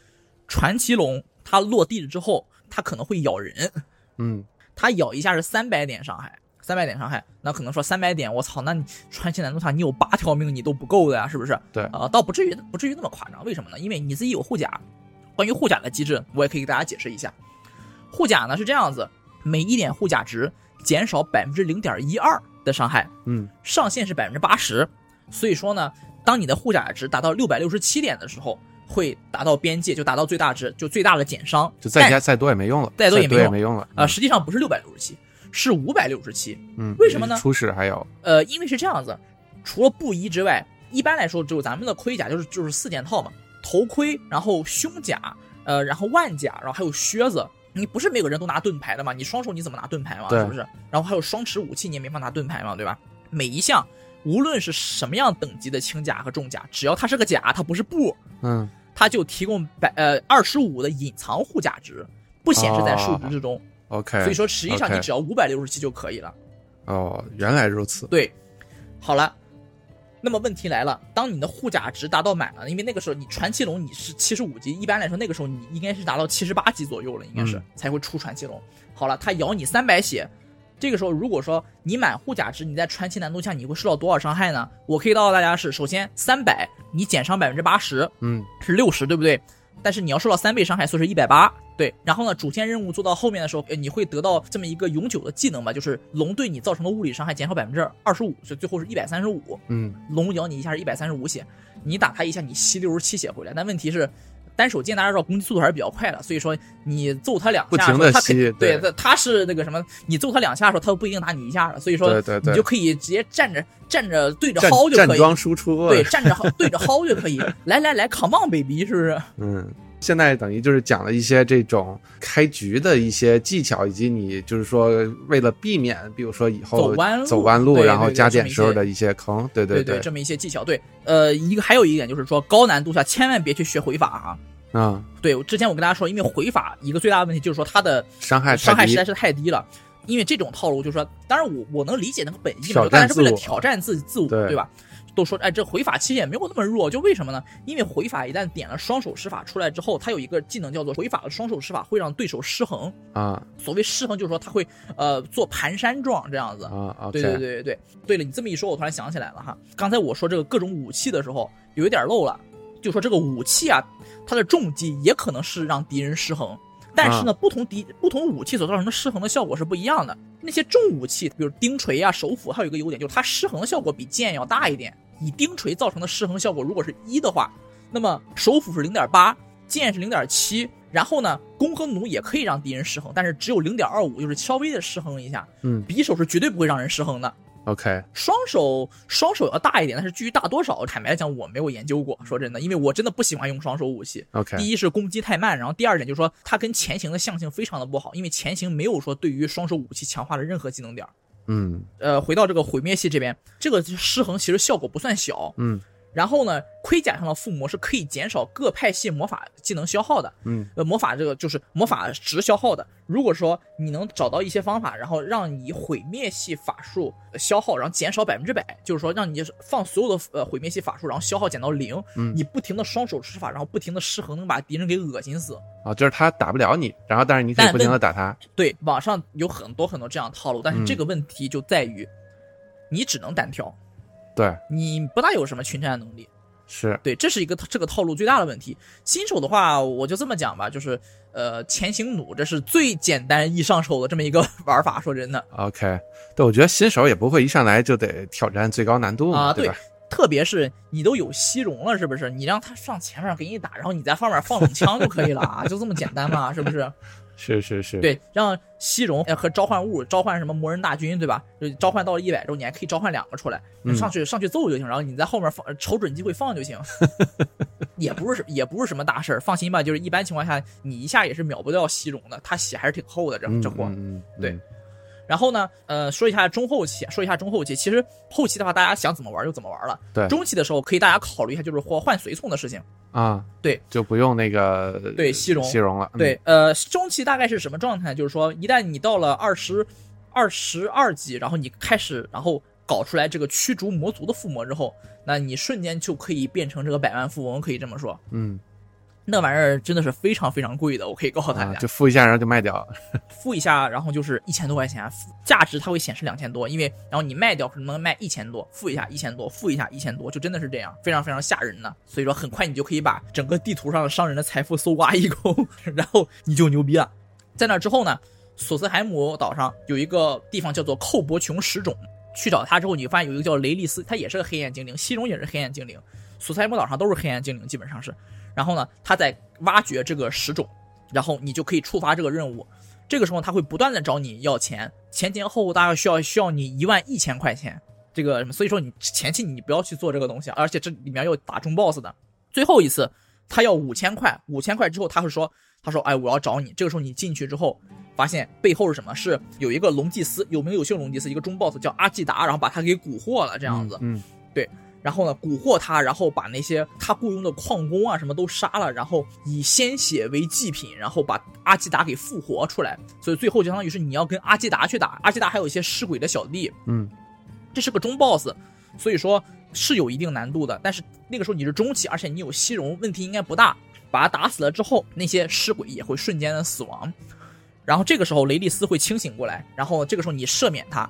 传奇龙它落地了之后，它可能会咬人，嗯它咬一下是三百点伤害，三百点伤害，那可能说三百点，我操，那你传奇难度下你有八条命你都不够的呀，是不是？对啊、倒不至于不至于那么夸张，为什么呢？因为你自己有护甲。关于护甲的机制，我也可以给大家解释一下。护甲呢是这样子，每一点护甲值减少百分之零点一二的伤害，嗯上限是百分之八十，所以说呢，当你的护甲值达到六百六十七点的时候，会达到边界，就达到最大值，就最大的减伤。就再但加再多也没用了，再再多也没用没用了呃，实际上不是六百六十七，是五百六十七。嗯，为什么呢初始还有，呃，因为是这样子，除了布衣之外，一般来说只有咱们的盔甲就是就是四件套嘛，头盔，然后胸甲，呃，然后腕甲，然后还有靴子。你不是每个人都拿盾牌的嘛？你双手你怎么拿盾牌嘛？对是不是？然后还有双持武器，你也没法拿盾牌嘛，对吧？每一项，无论是什么样等级的轻甲和重甲，只要它是个甲，它不是布，嗯它就提供百呃二十五的隐藏护甲值，不显示在数值之中。哦，OK，所以说实际上 OK 你只要五百六十七就可以了。哦，原来如此，对，好了，那么问题来了，当你的护甲值达到满了，因为那个时候你传奇龙你是七十五级，一般来说那个时候你应该是达到七十八级左右了，应该是、嗯才会出传奇龙。好了，它咬你三百血。这个时候，如果说你满护甲值，你在传奇难度下你会受到多少伤害呢？我可以告诉大家是，首先三百你减伤百分之八十，嗯是六十，对不对？但是你要受到三倍伤害，所以是一百八。对，然后呢，主线任务做到后面的时候，呃你会得到这么一个永久的技能吧，就是龙对你造成的物理伤害减少百分之二十五，所以最后是一百三十五。嗯龙咬你一下是一百三十五血，你打它一下你吸六十七血回来。但问题是，单手剑大家知道攻击速度还是比较快的，所以说你揍它两下，不停地说它肯吸对，对它它是那个什么，你揍它两下的时候，它不一定打你一下的，所以说对对对你就可以直接站着站着对着站薅就站可以。桩输出，对，站着 薅对着薅就可以。来来来，Come on baby，是不是？嗯，现在等于就是讲了一些这种开局的一些技巧，以及你就是说为了避免，比如说以后走弯路走弯对对然后对加这么点一时候些的一些坑，对对对，这么一些技巧。对，呃，一个还有一点就是说，高难度下千万别去学回法啊。嗯，对，我之前我跟大家说，因为回法一个最大的问题就是说它的伤害伤太害实低在，是太低了。因为这种套路就是说，当然我我能理解那个本意嘛，挑就大战家是为了自我挑战自己自我，对对吧？都说哎，这回法其实也没有那么弱，就为什么呢？因为回法一旦点了双手施法出来之后，它有一个技能叫做回法的双手施法，会让对手失衡。啊所谓失衡，就是说他会呃做盘山状这样子。啊，OK，对对对对对。对了，你这么一说，我突然想起来了哈。刚才我说这个各种武器的时候，有一点漏了，就说这个武器啊，它的重击也可能是让敌人失衡。但是呢，不同敌不同武器所造成的失衡的效果是不一样的。那些重武器，比如钉锤啊、手斧，它有一个优点，就是它失衡的效果比剑要大一点。以钉锤造成的失衡效果如果是一的话，那么手斧是零点八，剑是零点七，然后呢，弓和弩也可以让敌人失衡，但是只有零点二五，就是稍微的失衡一下。嗯匕首是绝对不会让人失衡的。 ，OK，双手双手要大一点，但是至于大多少，坦白来讲我没有研究过。说真的，因为我真的不喜欢用双手武器。 OK，第一是攻击太慢，然后第二点就是说它跟前行的象性非常的不好，因为前行没有说对于双手武器强化的任何技能点儿。嗯呃，回到这个毁灭系这边，这个失衡其实效果不算小。嗯然后呢，盔甲上的附魔是可以减少各派系魔法技能消耗的。嗯呃，魔法这个就是魔法值消耗的。如果说你能找到一些方法，然后让你毁灭系法术呃消耗，然后减少百分之百，就是说让你放所有的呃毁灭系法术，然后消耗减到零，嗯你不停的双手施法，然后不停的失衡，能把敌人给恶心死。啊，就是他打不了你，然后但是你可以但不停的问打他，对，网上有很多很多这样的套路，但是嗯这个问题就在于，你只能单挑，对，你不大有什么群战能力。是，对，这是一个这个套路最大的问题。新手的话，我就这么讲吧，就是呃，前行弩这是最简单易上手的这么一个 玩法。说真的 OK，对，我觉得新手也不会一上来就得挑战最高难度嘛，啊，对对吧？，特别是你都有息容了，是不是？你让他上前面给你打，然后你在后面放冷枪就可以了啊，就这么简单嘛，是不是？是是是，，对，让息容呃和召唤物召唤什么魔人大军，对吧？就召唤到了一百之后，你还可以召唤两个出来，嗯上去上去揍就行，然后你在后面放呃瞅准机会放 就行，也不是也不是什么大事儿，放心吧。就是一般情况下，你一下也是秒不掉息容的，他血还是挺厚的这嗯这货。嗯嗯对嗯然后呢，呃，说一下中后期，说一下中后期。其实后期的话，大家想怎么玩就怎么玩了。对中期的时候可以大家考虑一下，就是换换随从的事情。啊，对，就不用那个对西戎西戎了，嗯对，呃，中期大概是什么状态？就是说，一旦你到了二十二十二级，然后你开始，然后搞出来这个驱逐魔族的附魔之后，那你瞬间就可以变成这个百万富翁，可以这么说。嗯那玩意儿真的是非常非常贵的，我可以告诉大啊，家，就付一下然后就卖掉，付一下，然后就是一千多块钱，付价值它会显示两千多，因为然后你卖掉可能能卖一千多，付一下一千多，付一下一千多，就真的是这样，非常非常吓人的。所以说，很快你就可以把整个地图上的商人的财富搜刮一空，然后你就牛逼了。在那之后呢，索斯海姆岛上有一个地方叫做寇伯琼石种，去找他之后，你发现有一个叫雷利斯，他也是个黑暗精灵，西戎也是黑暗精灵，索斯海姆岛上都是黑暗精灵，基本上是。然后呢，他在挖掘这个石种，然后你就可以触发这个任务。这个时候他会不断的找你要钱，前前后后大概需要需要你一万一千块钱，这个什么，所以说你前期你不要去做这个东西，啊而且这里面有打中 BOSS 的。最后一次他要五千块，五千块之后他会说，他说，哎，我要找你。这个时候你进去之后，发现背后是什么？是有一个龙祭司，有名有姓龙祭司，一个中 BOSS 叫阿基达，然后把他给蛊惑了，这这样子。嗯，然后呢，蛊惑他，然后把那些他雇佣的矿工啊什么都杀了，然后以鲜血为祭品，然后把阿基达给复活出来。所以最后就相当于是你要跟阿基达去打，阿基达还有一些尸鬼的小弟，嗯这是个中 boss，所以说是有一定难度的。但是那个时候你是中期，而且你有息容，问题应该不大。把他打死了之后，那些尸鬼也会瞬间的死亡。然后这个时候雷利斯会清醒过来，然后这个时候你赦免他。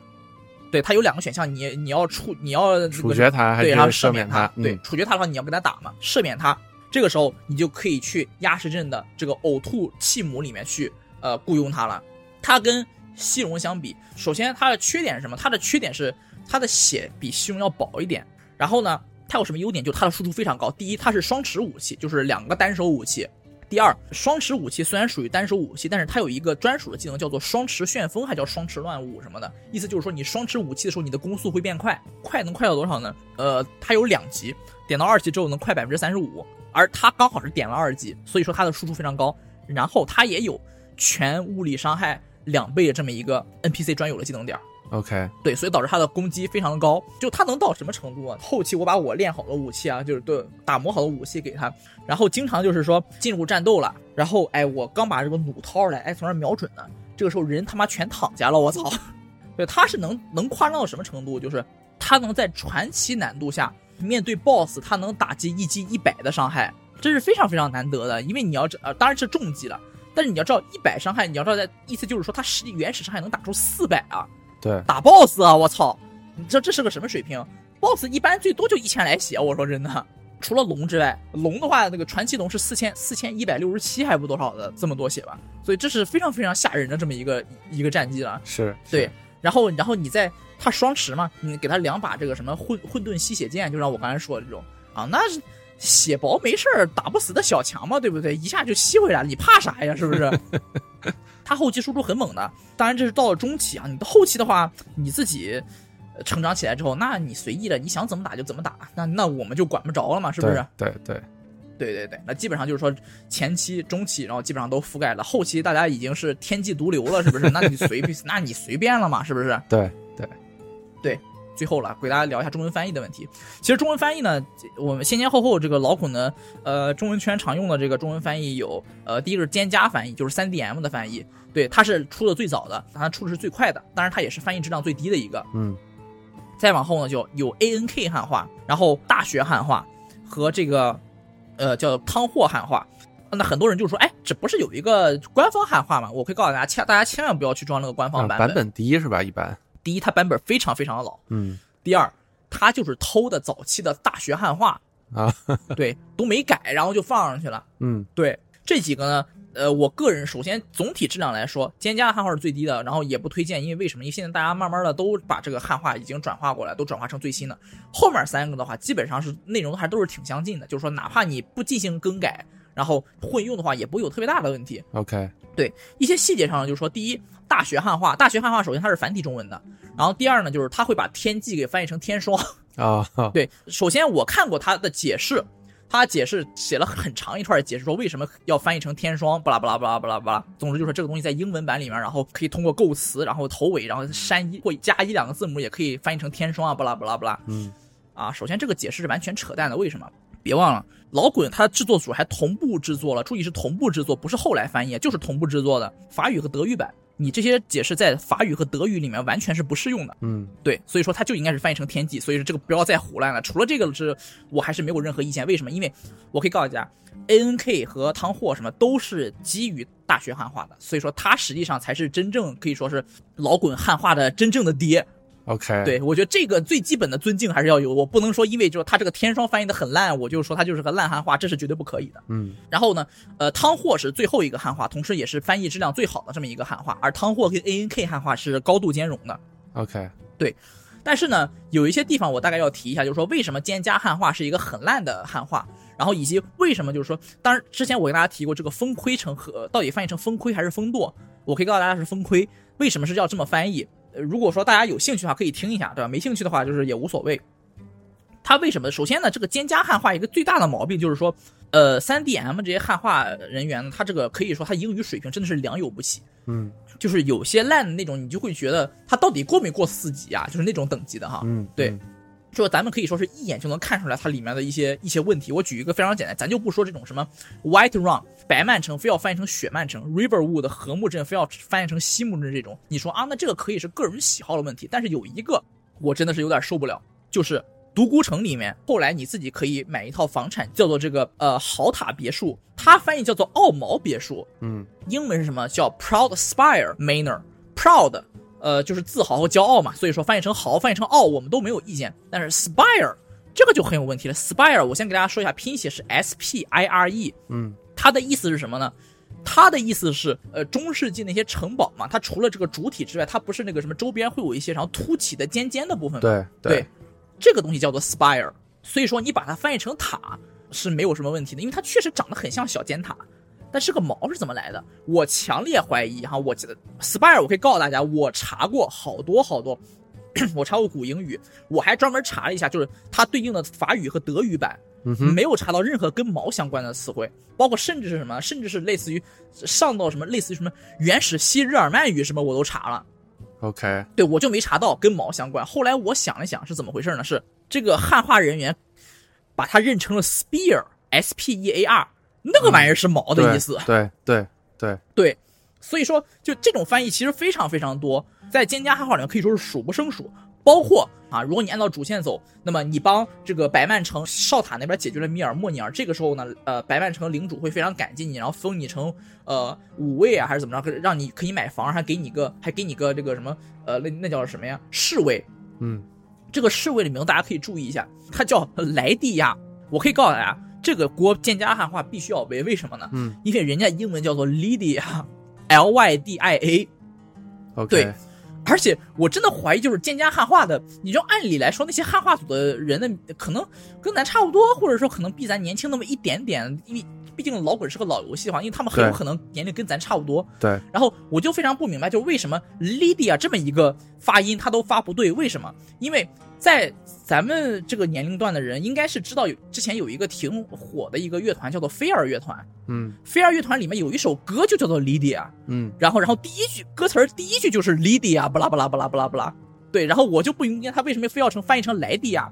对他有两个选项，你你要处你要嗯，处决他还对，是然后赦免他？对嗯，处决他的话，你要跟他打嘛，赦免他。这个时候，你就可以去鸭石镇的这个呕吐弃母里面去，呃，雇佣他了。他跟西戎相比，首先他的缺点是什么？他的缺点是他的血比西戎要薄一点。然后呢，他有什么优点？就他的输出非常高。第一，它是双持武器，就是两个单手武器。第二，双持武器虽然属于单手武器，但是它有一个专属的技能，叫做双持旋风，还叫双持乱舞什么的。意思就是说，你双持武器的时候，你的攻速会变快，快能快到多少呢？呃，它有两级，点到二级之后能快百分之三十五，而它刚好是点了二级，所以说它的输出非常高。然后它也有全物理伤害两倍的这么一个 NPC 专有的技能点儿。 ，OK，对，所以导致他的攻击非常的高。就他能到什么程度啊？后期我把我练好的武器啊，就是对打磨好的武器给他，然后经常就是说进入战斗了，然后哎，我刚把这个弩掏出来，哎，从那儿瞄准了，这个时候人他妈全躺下了，我操！ 对，他是能能夸张到什么程度？就是他能在传奇难度下面对 BOSS，他能打击一击一百的伤害，这是非常非常难得的。因为你要知呃，当然是重击了，但是你要知道一百伤害，你要知道在意思就是说他实际原始伤害能打出四百啊，对，打 BOSS 啊！我操，你知道这是个什么水平？BOSS 一般最多就一千来血，我说真的。除了龙之外，龙的话，那个传奇龙是四千四千一百六十七，还不多少的这么多血吧，所以这是非常非常吓人的这么一个一个战绩了。是，对，然后然后你再他双持嘛，你给他两把这个什么混混沌吸血剑，就让我刚才说的这种啊，那是血薄没事儿打不死的小强嘛，对不对？一下就吸回来了，你怕啥呀？是不是？他后期输出很猛的，当然这是到了中期啊，你到后期的话，你自己。呃成长起来之后，那你随意了，你想怎么打就怎么打，那那我们就管不着了嘛，是是不是？？对对对，对对对，那基本上就是说前期、中期，然后基本上都覆盖了，后期大家已经是天际毒瘤了，是不是？那你随 便，那你随便了嘛，是不是？对最后了，给大家聊一下中文翻译的问题。其实中文翻译呢，我们先前后后这个老孔呢，呃，中文圈常用的这个中文翻译有，呃，第一个是蒹葭翻译，就是 3DM 的翻译，对，它是出的最早的，它出的是最快的，当然它也是翻译质量最低的一个。嗯，再往后呢，就有 ANK 汉化，然后大学汉化和这个呃叫汤货汉化。那很多人就说，哎，这不是有一个官方汉化吗？我可以告诉大家，千大家千万不要去装那个官方啊版版本低是吧？一般，第一，它版本非常非常的老；嗯第二，它就是偷的早期的大学汉化，啊，对，都没改，然后就放上去了。嗯对这几个呢，呃，我个人首先总体质量来说，蒹葭汉化是最低的，然后也不推荐，因为为什么？因为现在大家慢慢的都把这个汉化已经转化过来，都转化成最新的。后面三个的话，基本上是内容还都是挺相近的，就是说哪怕你不进行更改，然后混用的话，也不会有特别大的问题。 ，OK，对一些细节上呢，就是说，第一，大学汉化，大学汉化首先它是繁体中文的，然后第二呢，就是它会把天际给翻译成天霜。啊，对，首先我看过他的解释，他解释写了很长一串解释，说为什么要翻译成天霜，巴拉巴拉巴拉巴拉巴拉。总之就是这个东西在英文版里面，然后可以通过构词，然后头尾，然后删一或加一两个字母，也可以翻译成天霜啊，巴拉巴拉巴拉。嗯啊，首先这个解释是完全扯淡的，为什么？别忘了，老滚它制作组还同步制作了，注意是同步制作，不是后来翻译，就是同步制作的法语和德语版。你这些解释在法语和德语里面完全是不适用的， 嗯对，所以说它就应该是翻译成天际，所以说这个不要再胡乱了。除了这个是，我还是没有任何意见。为什么？因为我可以告诉大家，ANK 和汤货什么都是基于大学汉化的，所以说它实际上才是真正可以说是老滚汉化的真正的爹。 ，OK，，对，我觉得这个最基本的尊敬还是要有，我不能说因为就是他这个天霜翻译的很烂，我就说他就是个烂汉化，这是绝对不可以的。嗯然后呢，呃，汤货是最后一个汉化，同时也是翻译质量最好的这么一个汉化，而汤货跟 ANK 汉化是高度兼容的。 ，OK，但是呢，有一些地方我大概要提一下，就是说为什么蒹葭汉化是一个很烂的汉化，然后以及为什么就是说，当然之前我给大家提过这个风亏成和到底翻译成风亏还是风舵，我可以告诉大家是风亏，为什么是要这么翻译？呃如果说大家有兴趣的话，可以听一下，对吧？没兴趣的话就是也无所谓。它为什么？首先呢，这个蒹葭汉化一个最大的毛病就是说，呃，三 DM 这些汉化人员呢，他这个可以说他英语水平真的是良莠不齐。嗯就是有些烂的那种，你就会觉得他到底过没过四级啊？就是那种等级的哈。嗯，对嗯，就咱们可以说是一眼就能看出来它里面的一些一些问题。我举一个非常简单，咱就不说这种什么 White Run 白曼城非要翻译成雪曼城，Riverwood 和睦镇非要翻译成西木镇这种，你说啊，那这个可以是个人喜好的问题。但是有一个我真的是有点受不了，就是独孤城里面后来你自己可以买一套房产，叫做这个呃豪塔别墅，它翻译叫做奥毛别墅，嗯英文是什么？叫 Proud Spire Manor。Proud，呃，就是自豪和骄傲嘛，所以说翻译成豪，翻译成傲，我们都没有意见。但是 Spire 这个就很有问题了。Spire，我先给大家说一下，拼写是 S P I R E，嗯它的意思是什么呢？它的意思是，呃，中世纪那些城堡嘛，它除了这个主体之外，它不是那个什么周边会有一些然后凸起的尖尖的部分吗？对对，这个东西叫做 spire，所以说你把它翻译成塔是没有什么问题的，因为它确实长得很像小尖塔。但是个毛是怎么来的？我强烈怀疑哈，我记得 spire，我可以告诉大家，我查过好多好多， 我查过古英语，我还专门查了一下，就是它对应的法语和德语版，嗯哼，没有查到任何跟毛相关的词汇，包括甚至是什么，甚至是类似于上到什么类似于什么原始西日耳曼语什么，我都查了。 OK，对我就没查到跟毛相关。后来我想了想是怎么回事呢？是这个汉化人员把它认成了哦 spear，s p e a r，那个玩意儿是毛的意思。对对对，对，所以说，就这种翻译其实非常非常多，在蒹葭哈话里面可以说是数不胜数。包括啊，如果你按照主线走，那么你帮这个白曼城哨塔那边解决了米尔莫尼尔，这个时候呢，呃，白曼城领主会非常感激你，然后封你成呃五位啊，还是怎么着，让你可以买房，还给你个还给你个这个什么呃那那叫什么呀侍卫，嗯，这个侍卫的名字大家可以注意一下，它叫莱蒂亚。我可以告诉大家，这个国蒹葭汉化必须要背，为什么呢？嗯，因为人家英文叫做 Lydia，L Y D I A。 ，OK，对而且我真的怀疑，就是蒹葭汉化的，你就按理来说，那些汉化组的人的可能跟咱差不多，或者说可能比咱年轻那么一点点，因为毕竟老滚是个老游戏的话，因为他们很有对可能年龄跟咱差不多。对，然后我就非常不明白，就是为什么 Lydia 这么一个发音他都发不对，为什么？因为在咱们这个年龄段的人，应该是知道有之前有一个挺火的一个乐团叫做飞儿乐团，嗯飞儿乐团里面有一首歌就叫做 Lydia，嗯然后然后第一句歌词儿第一句就是 Lydia 不拉不拉不拉不拉不拉，对，然后我就不明白他为什么非要成翻译成莱迪亚，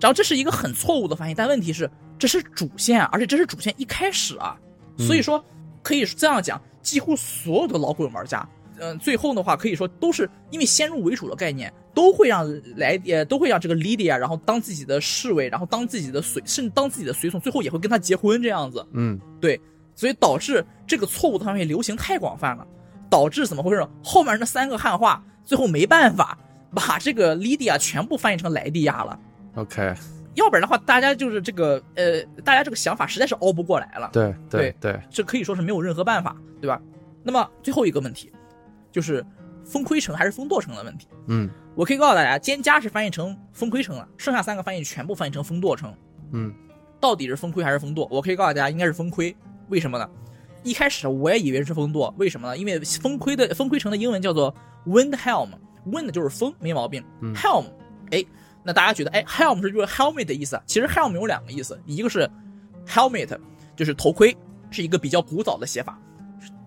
然后这是一个很错误的翻译，但问题是这是主线，啊而且这是主线一开始啊，嗯所以说可以这样讲，几乎所有的老滚玩家，嗯、最后的话可以说都是因为先入为主的概念，都会让莱呃都会让这个 Lydia 然后当自己的侍卫，然后当自己的随甚至当自己的随从，最后也会跟他结婚这样子，嗯，所以导致这个错误的方面流行太广泛了，导致怎么回事？后面那三个汉化最后没办法把这个 Lydia 全部翻译成莱蒂亚了， OK，要不然的话，大家就是这个呃，大家这个想法实在是熬不过来了，对对对，这可以说是没有任何办法，对吧？那么最后一个问题就是风亏城还是风舵城的问题。嗯我可以告诉大家，蒹葭是翻译成风亏城了，剩下三个翻译全部翻译成风舵城。嗯到底是风亏还是风舵？我可以告诉大家，应该是风亏。为什么呢？一开始我也以为是风舵，为什么呢？因为风亏的风亏城的英文叫做 Windhelm，Wind 就是风，没毛病。嗯 Helm，哎，那大家觉得，哎，Helm 是就是 helmet 的意思啊？其实 Helm 有两个意思，一个是 helmet，就是头盔，是一个比较古早的写法。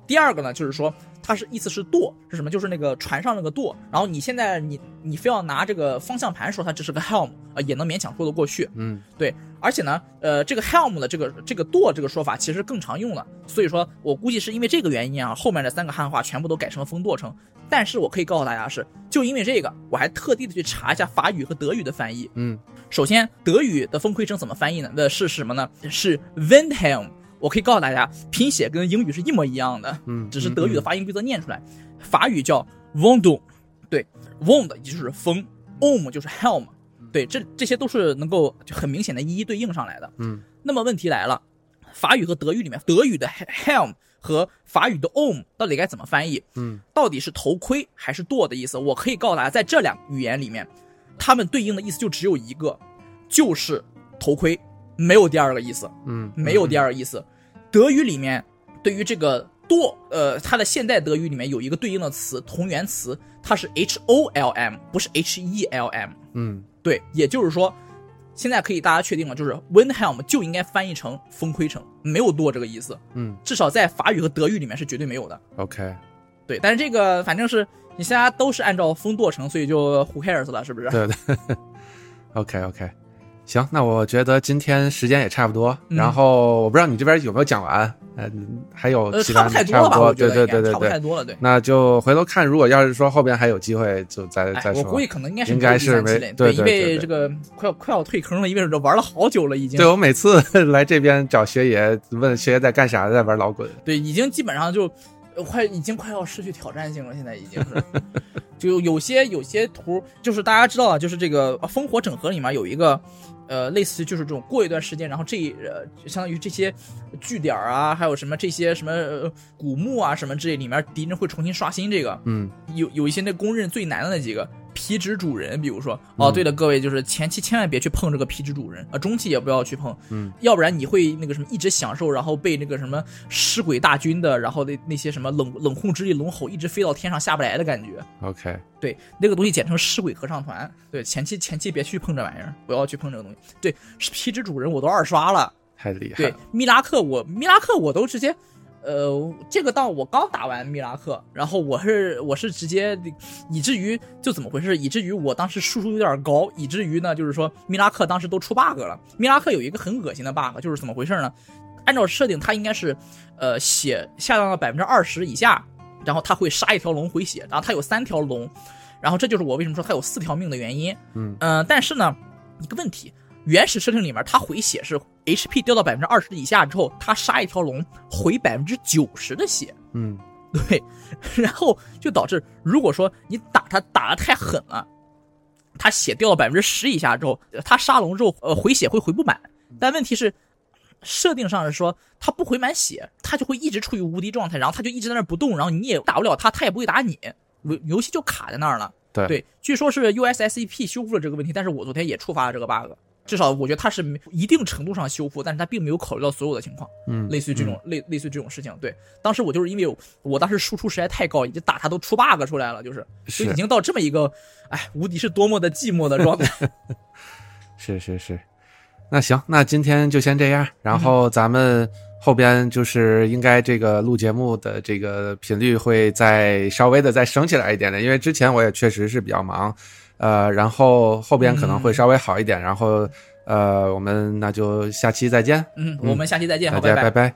第二个呢，就是说它是意思是舵是什么？就是那个船上那个舵。然后你现在你你非要拿这个方向盘说它这是个 helm 啊、也能勉强说得过去。嗯对，而且呢，呃，这个 helm 的这个这个舵这个说法其实更常用了，所以说我估计是因为这个原因啊，后面这三个汉化全部都改成了风舵城。但是我可以告诉大家是，就因为这个，我还特地的去查一下法语和德语的翻译。嗯首先，德语的风亏城怎么翻译呢？呃，是什么呢？是 Windhelm。我可以告诉大家，拼写跟英语是一模一样的，嗯，只是德语的发音规则念出来。法语叫 w o n d u 对 w o n d 也就是风 o m 就是 helm，对，这这些都是能够就很明显的一一对应上来的。嗯，那么问题来了，法语和德语里面，德语的 helm 和法语的 o m 到底该怎么翻译？嗯到底是头盔还是舵的意思？我可以告诉大家，在这两语言里面，他们对应的意思就只有一个，就是头盔，没有第二个意思。嗯没有第二，二个意思。德语里面对于这个舵，呃，它的现代德语里面有一个对应的词，同源词，它是 H O L M，不是 H E L M。嗯对，也就是说，现在可以大家确定了，就是 Windhelm 就应该翻译成风亏城，没有舵这个意思，嗯至少在法语和德语里面是绝对没有的。 ，OK，对，但是这个反正是你现在都是按照风舵城，所以就 who cares 了，是不是？ 对对，OK OK，行，那我觉得今天时间也差不多，嗯然后我不知道你这边有没有讲完，嗯，还有呃，其差他不太的多了差不吧？我多，觉对对得应该对对差不对，太多了，对。那就回头看，如果要是说后边还有机会，就再哎再，我估说计。可能应该是应该是没有没第三期了对因对对为对这个快要快要退坑了，因为这玩了好久了，已经对哦我每次 来这边找学爷，问学爷在干啥，在玩老滚。对已经基本上就呃快已经快要失去挑战性了，现在已经 是。就有些有些图，就是大家知道啊，就是这个呃烽火整合里面有一个，呃，类似于就是这种过一段时间，然后这一呃，相当于这些据点啊，还有什么这些什么、呃、古墓啊什么之类，里面敌人会重新刷新这个，嗯有有一些那公认最难的那几个皮质主人，比如说哦，嗯对了，各位就是前期千万别去碰这个皮质主人啊、呃中期也不要去碰，嗯，要不然你会那个什么一直享受，然后被那个什么尸鬼大军的，然后那那些什么冷冷控之力龙吼一直飞到天上下不来的感觉。 ，OK，对，那个东西简称尸鬼合唱团。对，前期前期别去碰这玩意儿，不要去碰这个东西。对，皮质主人我都二刷了，太厉害对了。，米拉克我米拉克我都直接，呃，这个档我刚打完米拉克，然后我是我是直接，以至于就怎么回事？以至于我当时输出有点高，以至于呢，就是说米拉克当时都出 bug 了。米拉克有一个很恶心的 bug，就是怎么回事呢？按照设定，它应该是，呃，血下降到百分之二十以下，然后他会杀一条龙回血，然后他有三条龙，然后这就是我为什么说他有四条命的原因。嗯呃但是呢，一个问题，原始设定里面他回血是 HP 掉到百分之二十以下之后，他杀一条龙回百分之九十的血。嗯对，然后就导致如果说你打他打的太狠了，他血掉到百分之十以下之后，呃他杀龙之后呃回血会回不满，但问题是。设定上是说他不回满血，他就会一直处于无敌状态，然后他就一直在那儿不动，然后你也打不了他，他也不会打你，游游戏就卡在那儿了。对对，据说是 USSEP E 修复了这个问题，但是我昨天也触发了这个 bug，至少我觉得它是一定程度上修复，但是它并没有考虑到所有的情况。嗯，类似于这种、类类似于这种事情。对，当时我就是因为我我当时输出实在太高，已经打他都出 bug 出来了，就是就是已经到这么一个，哎，无敌是多么的寂寞的 状态。是是是，那行，那今天就先这样，然嗯后咱们后边就是应该这个录节目的这个频率会再稍微的再升起来一点点，因为之前我也确实是比较忙，呃，然后后边可能嗯会稍微好一点，然后呃，我们那就下期再见，嗯，我们下期再见，好，大家拜拜。拜